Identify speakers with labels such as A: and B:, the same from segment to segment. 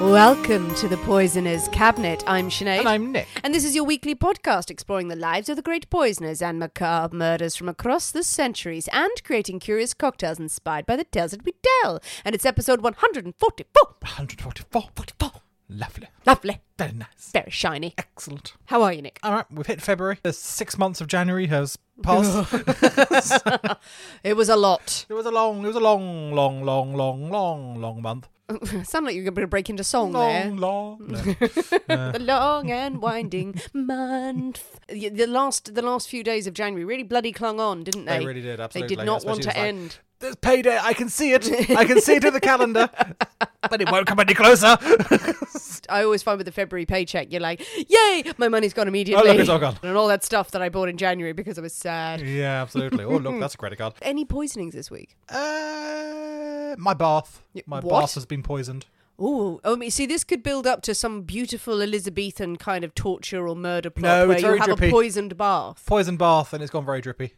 A: Welcome to the Poisoner's Cabinet. I'm Sinead.
B: And I'm Nick.
A: And this is your weekly podcast exploring the lives of the great poisoners and macabre murders from across the centuries and creating curious cocktails inspired by the tales that we tell. And it's episode 144.
B: 144. 44. Lovely.
A: Lovely.
B: Very nice.
A: Very shiny.
B: Excellent.
A: How are you, Nick?
B: All right, we've hit February. The six months of January has passed. Uh,
A: It was a lot.
B: it was a long, it was a long, long, long, long, long, long month.
A: Sound like you're going to break into song there.
B: Long, long. No.
A: the long and winding month. Y- The last, the last few days of January really bloody clung on, didn't they?
B: They really did,
A: They
B: absolutely.
A: did not want to
B: Especially it was
A: end.
B: like, There's payday. I can see it. I can see it in the calendar, but it won't come any closer.
A: I always find with the February paycheck, you're like, yay, my money's gone immediately.
B: Oh, look, it's all gone.
A: And all that stuff that I bought in January because I was sad.
B: yeah, absolutely. Oh, look, that's a credit card.
A: Any poisonings this week?
B: Uh, my bath.
A: Y-
B: My
A: what?
B: bath has been poisoned.
A: Ooh, oh, I mean, see, this could build up to some beautiful Elizabethan kind of torture or murder plot
B: No,
A: where
B: it's
A: you
B: very
A: have a
B: drippy.
A: poisoned bath.
B: Poisoned bath, and it's gone very drippy,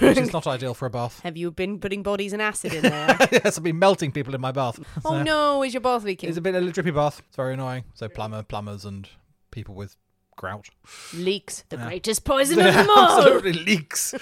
B: which is not ideal for a bath.
A: Have you been putting bodies and acid in there?
B: yes, I've been melting people in my bath.
A: oh
B: So-
A: no, is your bath leaking?
B: It's a bit of a drippy bath. It's very annoying. So plumber, plumbers, and people with grout.
A: Leaks, the greatest poison of them all.
B: Absolutely leaks.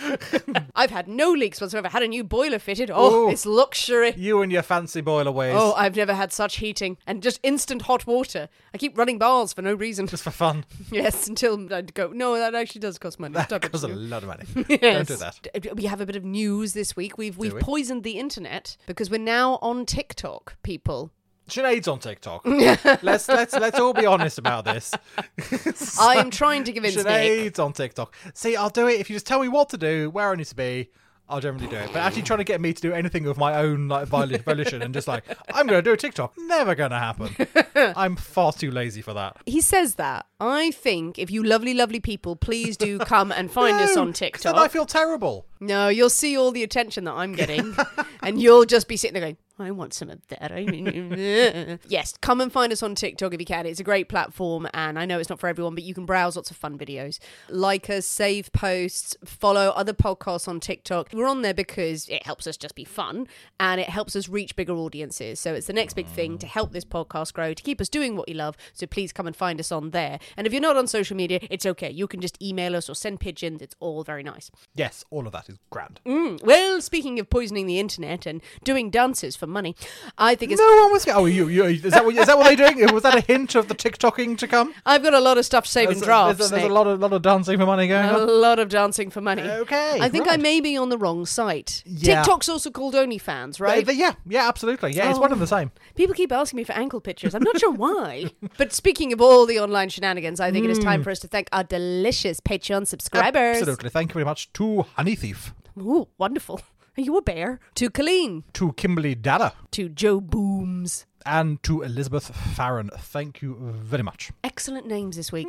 A: I've had no leaks whatsoever. Had a new boiler fitted. Oh,
B: Ooh.
A: it's luxury.
B: you and your fancy boiler ways.
A: Oh, I've never had such heating and just instant hot water. I keep running bars for no reason.
B: just for fun.
A: Yes, until I'd go. No, that actually does cost money. Stop
B: That
A: it.
B: costs a lot of money.
A: Yes.
B: Don't do that.
A: D- We have a bit of news this week. We've we've
B: we?
A: poisoned the internet because we're now on TikTok, people.
B: Sinead's on TikTok. let's let's let's all be honest about this.
A: I am trying to convince Nick.
B: Sinead's on TikTok. See, I'll do it if you just tell me what to do, where I need to be. I'll generally do it. But actually trying to get me to do anything of my own like voli- volition and just like I'm going to do a TikTok, never going to happen. I'm far too lazy for that.
A: He says that. I think if you lovely, lovely people, please do come and find us
B: No,
A: on
B: 'cause Then I
A: TikTok.
B: feel terrible.
A: No, you'll see all the attention that I'm getting, and you'll just be sitting there going, I want some of that. I mean, yes, come and find us on TikTok if you can. It's a great platform, and I know it's not for everyone, but you can browse lots of fun videos. Like us, save posts, follow other podcasts on TikTok. We're on there because it helps us just be fun and it helps us reach bigger audiences. So it's the next big thing to help this podcast grow, to keep us doing what you love. So please come and find us on there. And if you're not on social media, it's okay. You can just email us or send pigeons. It's all very nice.
B: Yes, all of that is grand.
A: Mm. Well, speaking of poisoning the internet and doing dances for money, I think it's.
B: No one was. Oh, you, you, is that what is that what they're doing? Was that a hint of the TikToking to come?
A: I've got a lot of stuff to save
B: There's,
A: in drafts.
B: there's- there's a
A: Nick. Oh,
B: lot of lot of dancing for money going
A: A
B: on.
A: lot of dancing for money.
B: Okay,
A: I think I
B: right.
A: may be on the wrong site.
B: Yeah.
A: TikTok's also called OnlyFans,
B: They-
A: right?
B: they- yeah, yeah, absolutely. Yeah, it's one and the same.
A: People keep asking me for ankle pictures. I'm not sure why. But speaking of all the online shenanigans, I think it is time for us to thank our delicious Patreon subscribers.
B: Hmm. Absolutely. Thank you very much to Honey Thief,
A: Ooh, wonderful. Are you a bear? To Colleen.
B: to Kimberly Dada,
A: To Joe Booms.
B: and to Elizabeth Farron. Thank you very much.
A: Excellent names this week.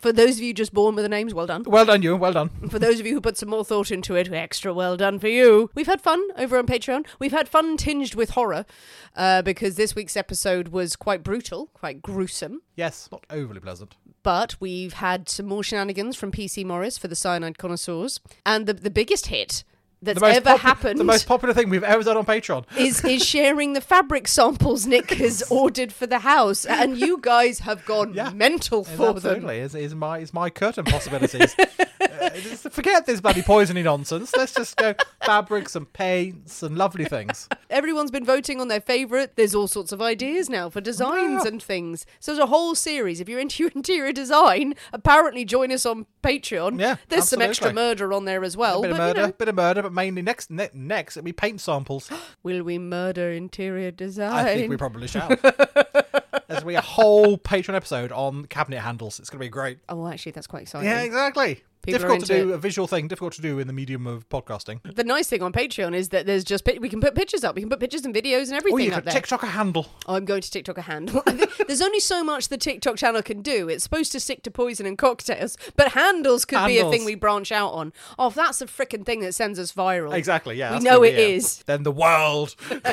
A: For those of you just born with the names, well done.
B: Well done, you. Well done.
A: For those of you who put some more thought into it, extra well done for you. We've had fun over on Patreon. We've had fun tinged with horror uh, because this week's episode was quite brutal, quite gruesome.
B: Yes, not overly pleasant.
A: But we've had some more shenanigans from PC Morris for the Cyanide Connoisseurs. And the, the biggest hit that's
B: most
A: ever
B: popu-
A: happened.
B: The most popular thing we've ever done on Patreon.
A: is is sharing the fabric samples Nick has ordered for the house, and you guys have gone
B: Yeah.
A: mental
B: Yes,
A: for them.
B: absolutely, is is my is my curtain possibilities. Uh, just forget this bloody poisoning nonsense. Let's just go fabrics and paints and lovely things.
A: Everyone's been voting on their favourite. There's all sorts of ideas now for designs and things. So there's a whole series. If you're into interior design, apparently join us on Patreon.
B: Yeah,
A: there's some extra
B: absolutely.
A: murder on there as well.
B: bit
A: but
B: of murder,
A: you know,
B: bit of murder, but mainly next ne- next it'll be paint samples.
A: will we murder interior design?
B: I think we probably shall. There's gonna be a whole Patreon episode on cabinet handles. It's gonna be great.
A: oh, actually, that's quite exciting.
B: Yeah, exactly.
A: People are
B: difficult to
A: into
B: do
A: it.
B: a visual thing. Difficult to do in the medium of podcasting.
A: The nice thing on Patreon is that there's just pi- we can put pictures up. We can put pictures and videos and everything
B: Oh, you
A: up
B: could
A: there.
B: TikTok a handle.
A: I'm going to TikTok a handle. I think There's only so much the TikTok channel can do. It's supposed to stick to poison and cocktails, but handles could be a
B: Handles.
A: thing we branch out on. Oh, if that's a freaking thing that sends us viral.
B: Exactly. Yeah,
A: Oh. We
B: that's
A: know
B: gonna
A: it
B: be
A: is.
B: Then the world.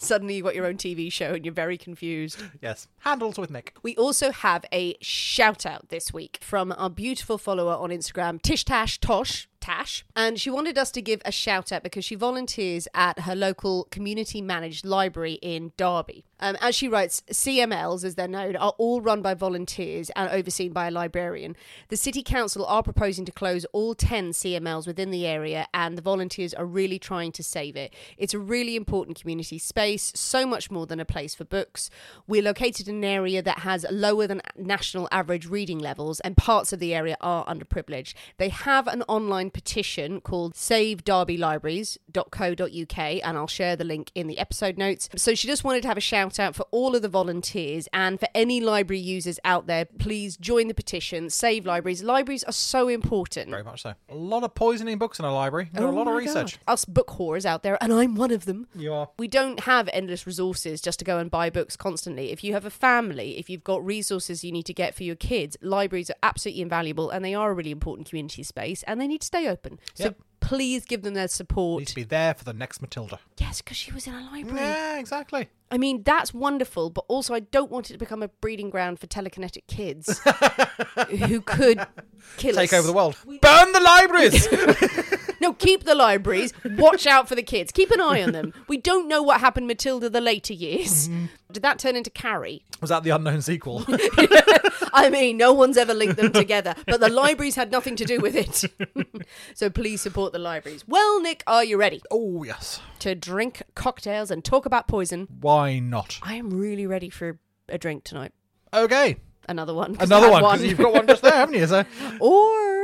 A: Suddenly you've got your own TV show and you're very confused.
B: yes, handles with Nick.
A: We also have a shout out this week from our beautiful follower on Instagram, Tish Tash Tosh. Tash, and she wanted us to give a shout out because she volunteers at her local community managed library in Derby. Um, as she writes, CMLs, as they're known, are all run by volunteers and overseen by a librarian. The City Council are proposing to close all 10 CMLs within the area, and the volunteers are really trying to save it. It's a really important community space, so much more than a place for books. We're located in an area that has lower than national average reading levels, and parts of the area are underprivileged. They have an online petition called savedarbylibraries.co.uk, and I'll share the link in the episode notes. So she just wanted to have a shout out for all of the volunteers and for any library users out there. Please join the petition, save libraries. Libraries are so important.
B: Very much so. A lot of poisoning books in our library. and
A: Mm. Oh
B: a lot of
A: my
B: research.
A: God. Us book whores out there, and I'm one of them.
B: You are.
A: We don't have endless resources just to go and buy books constantly. If you have a family, if you've got resources you need to get for your kids, libraries are absolutely invaluable and they are a really important community space and they need to stay open. So
B: Yep.
A: please give them their
B: Need
A: support.
B: to be there for the next Matilda.
A: Yes, because she was in a library.
B: Yeah, exactly.
A: I mean, that's wonderful, but also I don't want it to become a breeding ground for telekinetic kids who could kill us.
B: Take over the world. Burn the libraries.
A: No, keep the libraries. Watch out for the kids. Keep an eye on them. We don't know what happened Matilda the later years.
B: Mm-hmm.
A: Did that turn into Carrie?
B: Was that the unknown sequel?
A: I mean, no one's ever linked them together, but the libraries had nothing to do with it. so please support the libraries. Well, Nick, are you ready
B: oh yes.
A: to drink cocktails and talk about poison?
B: Why not?
A: I am really ready for a drink tonight.
B: Okay.
A: Another one. 'cause
B: Another
A: I had
B: one. 'cause You've got one just there, haven't you? So,
A: or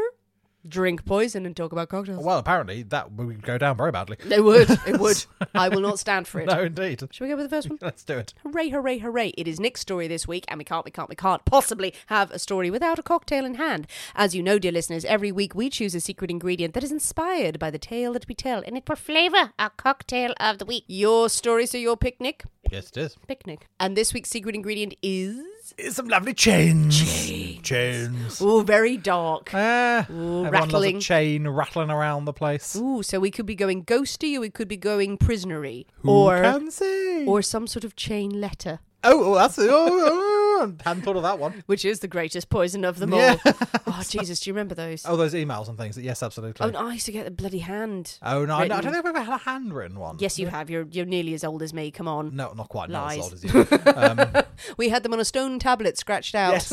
A: drink poison and talk about cocktails.
B: well, apparently that would go down very badly.
A: It would. It would. I will not stand for it.
B: No, indeed.
A: Shall we go with the first one?
B: Let's do it.
A: Hooray, hooray, hooray. It is Nick's story this week, and we can't, we can't, we can't possibly have a story without a cocktail in hand. As you know, dear listeners, every week we choose a secret ingredient that is inspired by the tale that we tell, and it will flavour our cocktail of the week. Your story, so your picnic?
B: Yes, it is.
A: Picnic. And this week's secret ingredient is.
B: It's some lovely chains. Chains. Chains.
A: Oh, very dark.
B: Ah,
A: Ooh,
B: everyone loves
A: rattling.
B: a chain rattling around the place.
A: Ooh, so we could be going ghosty, or we could be going prisonery, or
B: Who can see?
A: or some sort of chain letter.
B: oh, oh, that's oh, oh, oh, hadn't thought of that one.
A: Which is the greatest poison of them all. Oh, Jesus, do you remember those?
B: Oh, those emails and things. Yes, absolutely.
A: Oh, no, I used to get the bloody hand.
B: Oh, no, I- no, I
A: written.
B: don't think we've ever had a handwritten one.
A: Yes, you have. You're you're nearly as old as me. Come on.
B: No, not quite. Not as
A: Lies.
B: old as you. Um,
A: We had them on a stone tablet scratched out.
B: yes,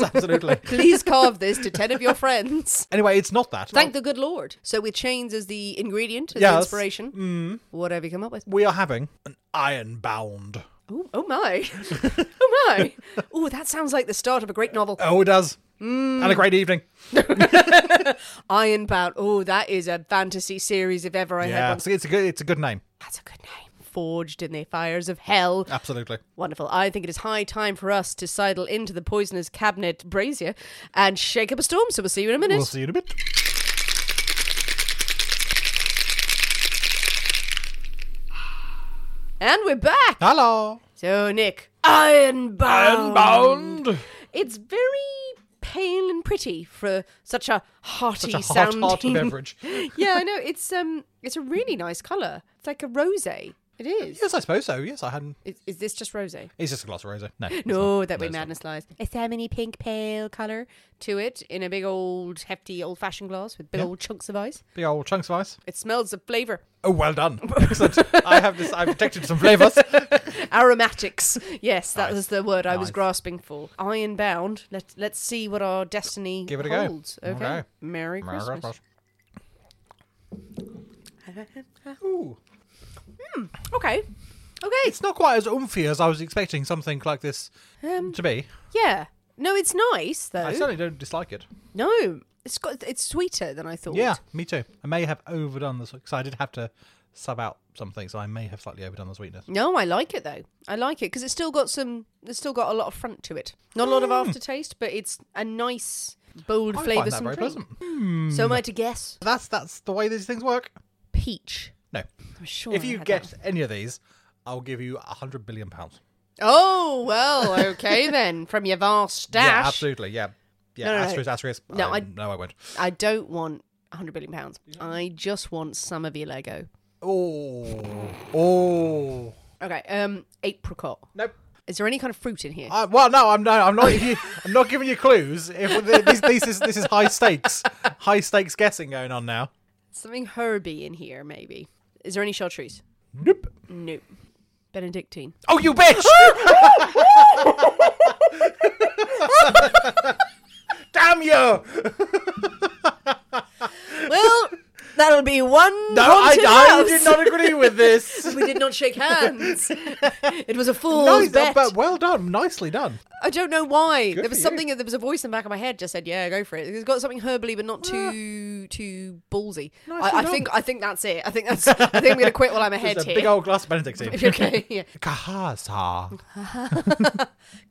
B: absolutely.
A: Please carve this to ten of your friends.
B: Anyway, it's not that.
A: Thank the good Lord. So with chains as the ingredient, as the
B: Yes. Mm.
A: inspiration, whatever you come up with.
B: we are having an iron bound.
A: Ooh, oh my! oh my! Oh, that sounds like the start of a great novel.
B: Oh, it does.
A: Mm.
B: And a great evening.
A: Ironbound. Oh, that is a fantasy series if ever I had
B: Yeah,
A: one.
B: it's, it's a good. It's a good name.
A: That's a good name. Forged in the fires of hell.
B: Absolutely.
A: Wonderful. I think it is high time for us to sidle into the poisoner's cabinet brazier and shake up a storm. So we'll see you in a minute.
B: We'll see you in a bit.
A: And we're back.
B: Hello.
A: So, Nick, Ironbound.
B: bound.
A: It's very pale and pretty for such a hearty
B: Such a hot,
A: sounding
B: hot beverage.
A: yeah, I know. It's um, it's a really nice color. It's like a rosé. It is.
B: Yes, I suppose so. Yes, I hadn't.
A: Is, is this just rosé?
B: It's just a gloss of rosé. No. it's
A: No,
B: not.
A: that way
B: it's not.
A: madness lies. A salmony pink pale colour to it in a big old hefty old fashioned glass with big old chunks of ice.
B: Big old chunks of ice.
A: It smells of flavour.
B: Oh, well done. Excellent. I have this. I've detected some flavours.
A: Aromatics. Yes, that
B: Nice.
A: was the word I was
B: Nice.
A: grasping for. Iron bound. Let, let's see what our destiny
B: Give it a go.
A: holds. Okay.
B: Okay.
A: Merry, Christmas.
B: Ooh.
A: Okay. Okay.
B: It's not quite as oomphy as I was expecting something like this
A: Um,
B: to be.
A: Yeah. No, it's nice though.
B: I certainly don't dislike it.
A: No, it's got it's sweeter than I thought.
B: Yeah, me too. I may have overdone this because I did have to sub out some things. I may have slightly overdone the sweetness.
A: No, I like it though. I like it because it's still got some. It's still got a lot of front to it. Not a lot of aftertaste, but it's a nice, bold,
B: Mm. I find that
A: flavoursome
B: very
A: drink.
B: pleasant. Mm.
A: So am I to guess
B: That's that's the way these things work.
A: peach?
B: No,
A: I'm sure.
B: if
A: I
B: you
A: had
B: get
A: that.
B: any of these, I'll give you a hundred billion pounds.
A: oh well, okay then. From your vast stash,
B: Yeah, absolutely. Yeah, yeah.
A: No, no, no.
B: asterisk, asterisk.
A: No,
B: I,
A: I-
B: no, I won't.
A: I don't want 100 billion pounds. I just want some of your Lego.
B: Oh, oh.
A: Okay, um, apricot.
B: Nope.
A: Is there any kind of fruit in here?
B: I, well, no, I'm no, I'm not. If you, I'm not giving you clues. If this, this is this is high stakes, high stakes guessing going on now.
A: Something herby in here, maybe. Is there any chartreuse?
B: Nope.
A: Nope. Benedictine.
B: Oh, you bitch! Damn you!
A: Well, that'll be one.
B: No, I,
A: haunted
B: I
A: house.
B: did not agree with this.
A: We did not shake hands. it was a fool's
B: Nice,
A: bet.
B: but well done, nicely done.
A: I don't know why. there
B: for
A: was
B: you.
A: something. There was a voice in the back of my head just said, "Yeah, go for it." It's got something herbally, but not too too ballsy.
B: Nicely
A: Ah. I, I
B: done.
A: think. I think that's it. I think that's. I think I'm going to quit while I'm ahead
B: It's a
A: here.
B: big old glass of Benedictine.
A: okay. Yeah.
B: Kahasa.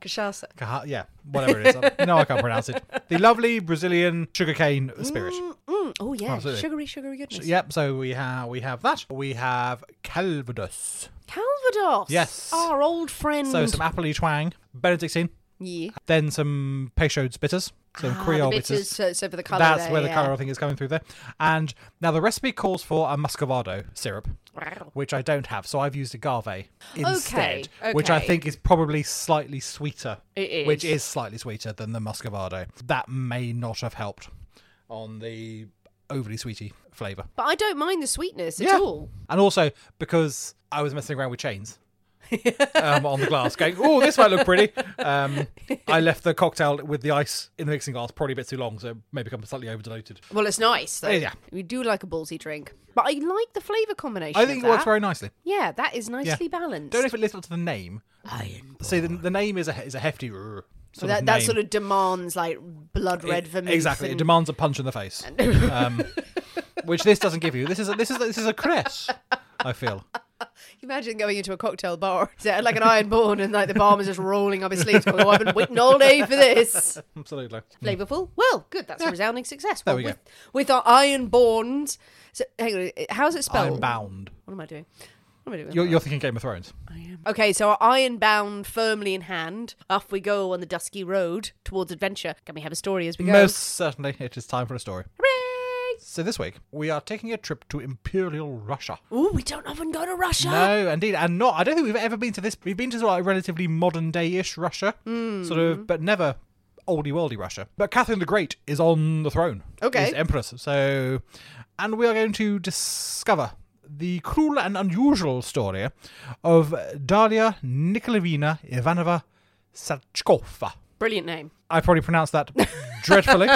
A: Cachaça.
B: Kaha, yeah, whatever it is. No, I can't pronounce it. The lovely Brazilian sugarcane spirit.
A: Mm, oh yeah.
B: Absolutely.
A: Sugary, sugary goodness.
B: Yep. So we have we have that. We have Calvados.
A: Calvados.
B: Yes.
A: Our old friend.
B: So some appley twang, Benedictine,
A: yeah.
B: then some Peychaud's bitters, some
A: Ah, the
B: Creole
A: bitters,
B: bitters.
A: So, so for the colour.
B: Oh, That's
A: there,
B: where the
A: yeah.
B: colour I think is coming through there. And now the recipe calls for a muscovado syrup,
A: Wow.
B: which I don't have, so I've used agave instead,
A: Okay,
B: which I
A: okay.
B: think is probably slightly sweeter.
A: It
B: Which
A: is.
B: is slightly sweeter than the muscovado. That may not have helped on the overly sweety flavour.
A: But I don't mind the sweetness
B: Yeah.
A: at all.
B: And also because I was messing around with chains um, on the glass, going, "Oh, this might look pretty." Um, I left the cocktail with the ice in the mixing glass probably a bit too long, so it may become slightly overdiluted.
A: Well, it's nice. Though.
B: Yeah.
A: We do like a ballsy drink. But I like the flavour combination.
B: I think
A: of
B: it works
A: that.
B: very nicely.
A: Yeah, that is nicely balanced.
B: Don't know if it lives up to the name.
A: Iron.
B: See, the, the name is a is a hefty r- sort
A: That,
B: of
A: that
B: name.
A: sort of demands like blood
B: It-
A: red vermouth.
B: exactly. It
A: and-
B: demands a punch in the face, um, which this doesn't give you. This is a, this is a, this is a cress. I feel.
A: Imagine going into a cocktail bar, so, like an ironborn, and like the barman's just rolling up his sleeves, going, "Oh, I've been waiting all day for this."
B: Absolutely.
A: Flavorful. Well, good. That's a resounding success.
B: Mm. There
A: Well,
B: we go.
A: with, With our ironborns. So, hang on. uh, How's it spelled?
B: I'm bound.
A: What am I doing? What am I doing?
B: You're, you're thinking Game of Thrones.
A: Okay, so our iron bound firmly in hand, off we go on the dusky road towards adventure. Can we have a story as we go?
B: Most certainly, it is time for a story.
A: Hooray!
B: So this week we are taking a trip to Imperial Russia.
A: Ooh, we don't often go to Russia.
B: No, indeed, and not. I don't think we've ever been to this. We've been to sort of like relatively modern day-ish Russia,
A: Hmm.
B: sort of, but never oldie worldy Russia. But Catherine the Great is on the throne.
A: Okay.
B: is empress. So, and we are going to discover the cruel and unusual story of Daria Nikolaevna Ivanova Sachkova.
A: Brilliant name.
B: I probably pronounced that dreadfully.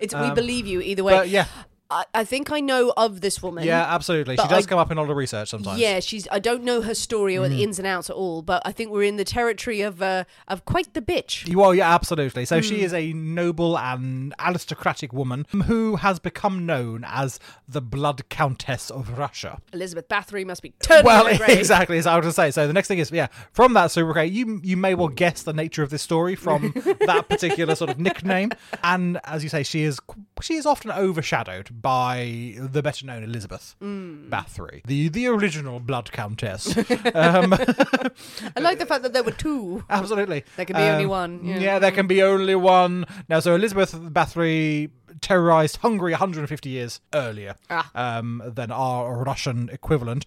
A: It's we believe you either way.
B: Um, but yeah,
A: I, I think I know of this woman.
B: yeah, absolutely. She
A: But
B: does
A: I-
B: come up in a lot of research sometimes. Mm.
A: Yeah, she's. I don't know her story or the ins and outs at all, but I think we're in the territory of uh, of quite the bitch.
B: You are, yeah, absolutely. So
A: Hmm.
B: she is a noble and aristocratic woman who has become known as the Blood Countess of Russia.
A: Elizabeth Bathory must be turning
B: Well,
A: her grave.
B: exactly, as I was to say. So the next thing is, yeah, from that super okay, you you may well guess the nature of this story from that particular sort of nickname. And as you say, she is she is often overshadowed by the better known Elizabeth
A: Hmm.
B: Bathory, the the original Blood Countess. um,
A: I like the fact that there were two.
B: Absolutely.
A: There can be only one,
B: Um, Yeah.
A: yeah.
B: there can be only one. Now, so Elizabeth Bathory
A: Ah.
B: terrorized Hungary 150 years earlier um, than our Russian equivalent.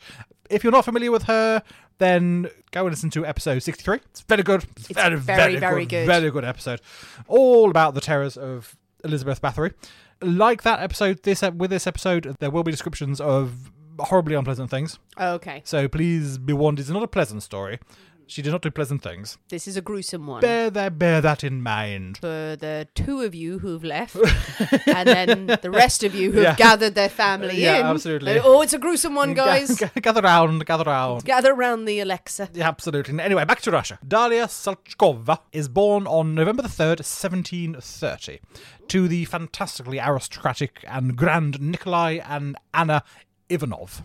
B: If you're not familiar with her, then go and listen to episode 63. It's very good. It's, very,
A: very, very good.
B: Very good episode. All about the terrors of Elizabeth Bathory. Like that episode, this ep- with this episode, there will be descriptions of horribly unpleasant things.
A: Oh, Okay.
B: So please be warned, it's not a pleasant story. She did not do pleasant things.
A: This is a gruesome one.
B: Bear that, bear that in mind.
A: for the two of you who've left, and then the rest of you who've
B: Yeah.
A: gathered their family
B: Yeah,
A: in.
B: absolutely.
A: Oh, it's a gruesome one, guys.
B: gather round, gather round.
A: Gather round the Alexa.
B: Yeah, absolutely. Anyway, back to Russia. Daria Salchkova is born on November the 3rd, 1730, to the fantastically aristocratic and grand Nikolai and Anna Ivanov.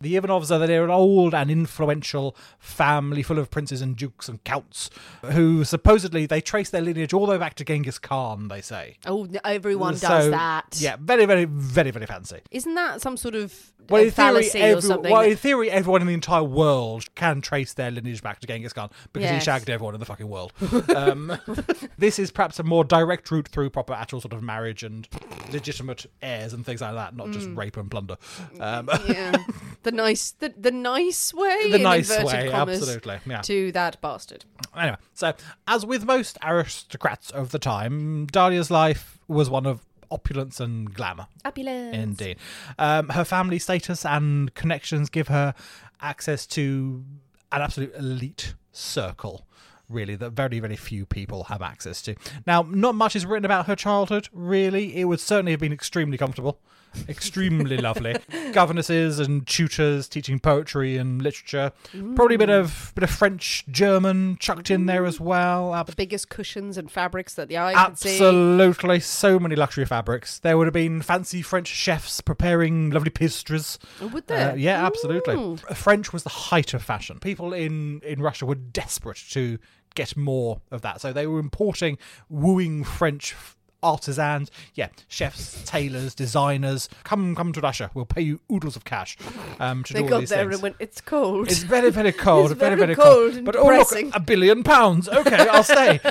B: the Ivanovs are they're an old and influential family full of princes and dukes and counts who supposedly they trace their lineage all the way back to Genghis Khan, they say.
A: Oh, n- everyone does
B: So,
A: that.
B: Yeah, very, very, very, very fancy.
A: Isn't that some sort of
B: Well,
A: uh,
B: in theory,
A: fallacy or
B: every-
A: something?
B: well, in theory, everyone in the entire world can trace their lineage back to Genghis Khan because
A: Yes.
B: he shagged everyone in the fucking world. Um, this is perhaps a more direct route through proper actual sort of marriage and legitimate heirs and things like that, not
A: Mm.
B: just rape and plunder. Um,
A: yeah. The nice, the, the nice way,
B: The
A: in
B: nice
A: inverted
B: way,
A: commas,
B: absolutely, yeah.
A: to that bastard.
B: anyway, so as with most aristocrats of the time, Dahlia's life was one of opulence and glamour.
A: Fabulous.
B: Indeed. Um, her family status and connections give her access to an absolute elite circle, really, that very, very few people have access to. Now, not much is written about her childhood, really. It would certainly have been extremely comfortable, extremely lovely. Governesses and tutors teaching poetry and literature. Probably a bit of, bit of French, German chucked in there as well. Ab-
A: The biggest cushions and fabrics that the eye can see.
B: Absolutely, so many luxury fabrics. There would have been fancy French chefs preparing lovely pastries.
A: Would Hmm. there?
B: Uh, yeah, absolutely. French was the height of fashion. People in in Russia were desperate to get more of that, so they were importing, wooing French. f- Artisans, yeah, chefs, tailors, designers, come, come to Russia. We'll pay you oodles of cash um, to
A: They
B: do all
A: got
B: these
A: there
B: things.
A: and went, it's cold.
B: It's very, very cold.
A: It's
B: very,
A: very
B: very, cold.
A: cold and
B: but oh, look,
A: depressing.
B: a billion pounds. Okay, I'll stay.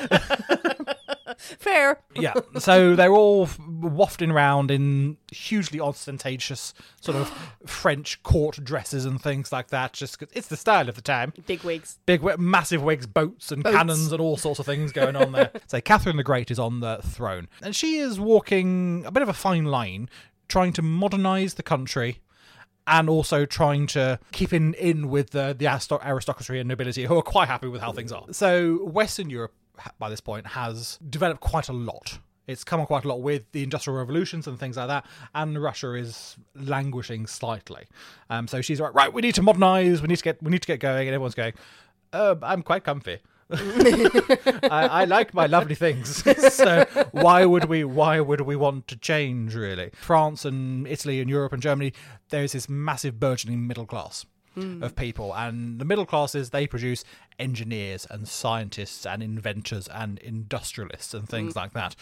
A: Fair.
B: yeah. So they're all f- wafting around in hugely ostentatious sort of French court dresses and things like that. Just 'cause it's the style of the time.
A: Big wigs.
B: Big, wi- massive wigs, boats, and
A: Boats.
B: cannons, and all sorts of things going on there. so Catherine the Great is on the throne, and she is walking a bit of a fine line, trying to modernise the country. And also trying to keep in, in with the, the aristo- aristocracy and nobility, who are quite happy with how things are. So Western Europe, ha- by this point, has developed quite a lot. It's come on quite a lot with the industrial revolutions and things like that, and Russia is languishing slightly. Um, so she's like, right, we need to modernise, we need to get, we need to get going, and everyone's going, uh, I'm quite comfy. I, I like my lovely things. so why would we? Why would we want to change? Really, France and Italy and Europe and Germany, there is this massive burgeoning middle class
A: Hmm.
B: of people, and the middle classes they produce engineers and scientists and inventors and industrialists and things
A: Hmm.
B: like that,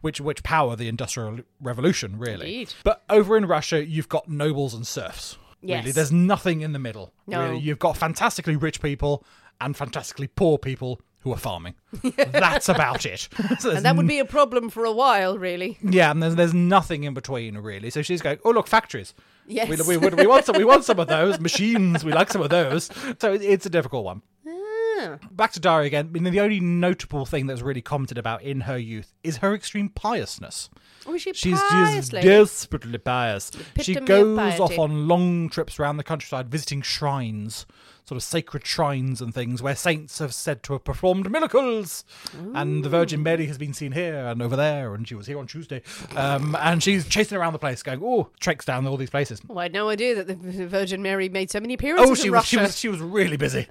B: which which power the industrial revolution really.
A: Indeed.
B: But over in Russia, you've got nobles and serfs. Really,
A: Yes.
B: there's nothing in the middle.
A: No.
B: Really, you've got fantastically rich people and fantastically poor people who are farming. That's about it. So there's
A: And that would be a problem for a while, really.
B: yeah, and there's, there's nothing in between really. So she's going, oh look, factories.
A: Yes.
B: We, we, we, we want some. We want some of those machines. We like some of those. So it- it's a difficult one.
A: Ah.
B: Back to Daria again. I mean, the only notable thing that's really commented about in her youth is her extreme piousness.
A: Oh, is she
B: She's
A: pious,
B: just
A: lady?
B: desperately pious. She
A: epitome of
B: goes off
A: piety.
B: on long trips around the countryside visiting shrines, sort of sacred shrines and things where saints have said to have performed miracles. And the Virgin Mary has been seen here and over there, and she was here on Tuesday. Um, and she's chasing around the place, going, oh, treks down all these places.
A: Well, Oh, I had no idea that the the Virgin Mary made so many appearances
B: Oh,
A: in
B: she was,
A: Russia.
B: she was she was really busy.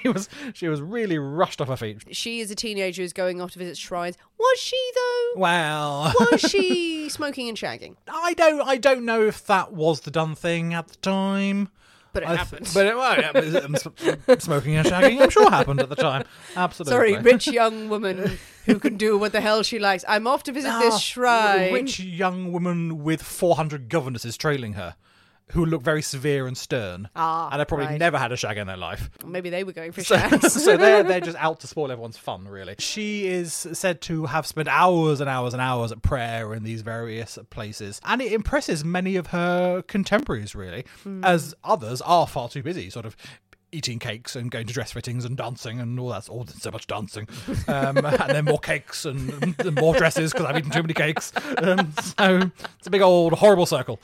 B: she was she was really rushed off her feet.
A: She is a teenager who's going off to visit shrines. Was she though?
B: Well,
A: Was she smoking and shagging?
B: I don't I don't know if that was the done thing at the time.
A: But it
B: I th-
A: happened.
B: but it, well, yeah, but it's- um, sm- smoking and shagging, I'm sure happened at the time. Absolutely.
A: Sorry, rich young woman who can do what the hell she likes. I'm off to visit
B: Ah,
A: this shrine.
B: Rich young woman with 400 governesses trailing her, who look very severe and stern.
A: Ah,
B: and they probably
A: right.
B: never had a shag in their life.
A: Maybe they were going for
B: So,
A: shags.
B: so they're, they're just out to spoil everyone's fun, really. She is said to have spent hours and hours and hours at prayer in these various places, and it impresses many of her contemporaries, really, as others are far too busy, sort of. Eating cakes and going to dress fittings and dancing and all that's all so much dancing, um, and then more cakes and, and more dresses because I've eaten too many cakes. Um, so it's a big old horrible circle.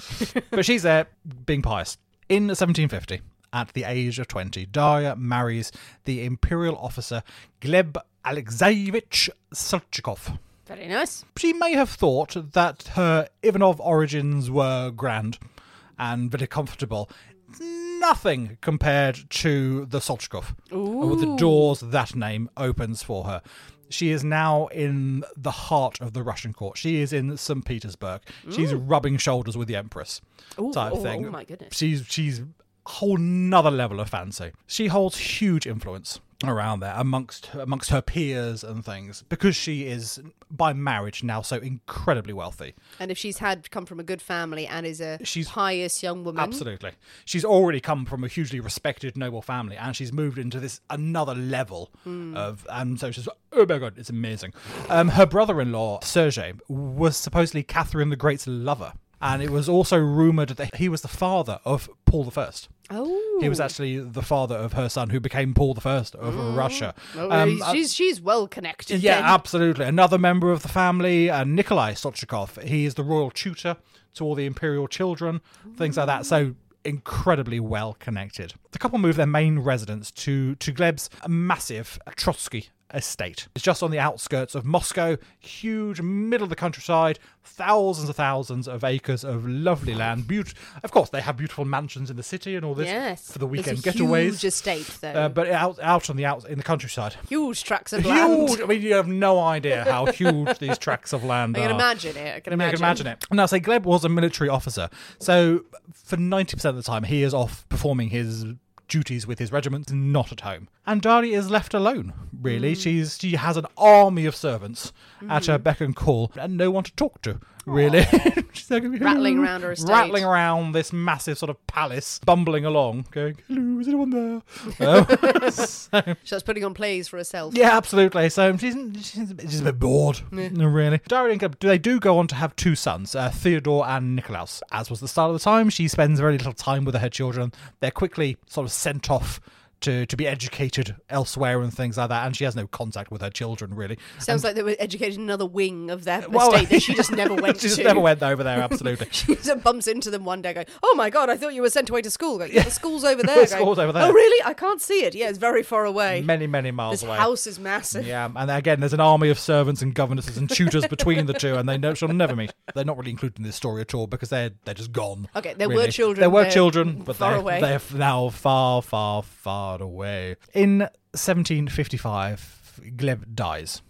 B: But she's there being pious. In 1750, at the age of 20, Daria marries the imperial officer Gleb Alexeyevich Solchikov.
A: Very nice.
B: She may have thought that her Ivanov origins were grand and very comfortable. Nothing compared to the Solchikov, or the doors that name opens for her. She is now in the heart of the Russian court. She is in St. Petersburg. She's rubbing shoulders with the Empress
A: Ooh,
B: type
A: oh,
B: thing.
A: oh my goodness.
B: She's she's a whole nother level of fancy. She holds huge influence around there amongst amongst her peers and things because she is by marriage now so incredibly wealthy.
A: And if she's had come from a good family and is a
B: She's-
A: pious young woman,
B: Absolutely. She's already come from a hugely respected noble family and she's moved into this another level of and so she's oh my god, it's amazing. Um her brother in law, Sergei, was supposedly Catherine the Great's lover. And it was also rumoured that he was the father of Paul the First.
A: Oh,
B: He was actually the father of her son, who became Paul the First of Russia.
A: Oh,
B: Um,
A: he's-
B: uh,
A: she's she's well connected.
B: yeah,
A: then.
B: absolutely. Another member of the family, uh, Nikolai Sochikov. He is the royal tutor to all the imperial children, things like that. So incredibly well connected. The couple moved their main residence to to Gleb's massive Trotsky estate. It's just on the outskirts of Moscow, huge middle of the countryside, thousands and thousands of acres of lovely land. Beaut- of course, they have beautiful mansions in the city and all this
A: yes,
B: for the weekend
A: it's a
B: getaways.
A: Huge estate though.
B: uh, but out out on the out in the countryside,
A: huge tracts of land.
B: huge. I mean, you have no idea how huge these tracts of land
A: I
B: are.
A: can imagine it. I can
B: You
A: imagine.
B: uh, can imagine it. Now, say Gleb was a military officer, so for ninety percent of the time, he is off performing his duties with his regiment, not at home. And Dari is left alone. Really,
A: Mm.
B: she's she has an army of servants at her beck and call, and no one to talk to. Really, She's like,
A: Rattling around her estate.
B: rattling around this massive sort of palace, bumbling along, going, "Hello, is anyone there?" Um, No. So-
A: So that's putting on plays for herself.
B: yeah, absolutely. So um, she's, she's, she's a bit bored, No, really. Daria and Gleb, they do go on to have two sons, uh, Theodore and Nikolaus. As was the style of the time, she spends very little time with her children. They're quickly sort of sent off to, to be educated elsewhere and things like that, and she has no contact with her children, really.
A: Sounds like they were educating another wing of that
B: Well-
A: estate that she just never went
B: she just
A: to.
B: never went over there, absolutely.
A: She just bumps into them one day going, Oh my God, I thought you were sent away to school. Going, yeah, the school's over there.
B: The
A: Going,
B: school's over there.
A: Oh, really? I can't see it. Yeah, it's very far away.
B: many, many
A: this
B: miles away.
A: house is massive.
B: Yeah, and again, there's an army of servants and governesses and tutors between the two, and they know, shall never meet. They're not really included in this story at all because they're they're just gone.
A: Okay, there were
B: really.
A: children,
B: There were
A: they're
B: children, but
A: far
B: they're,
A: away.
B: they're now far, far, far away. In 1755, Gleb dies.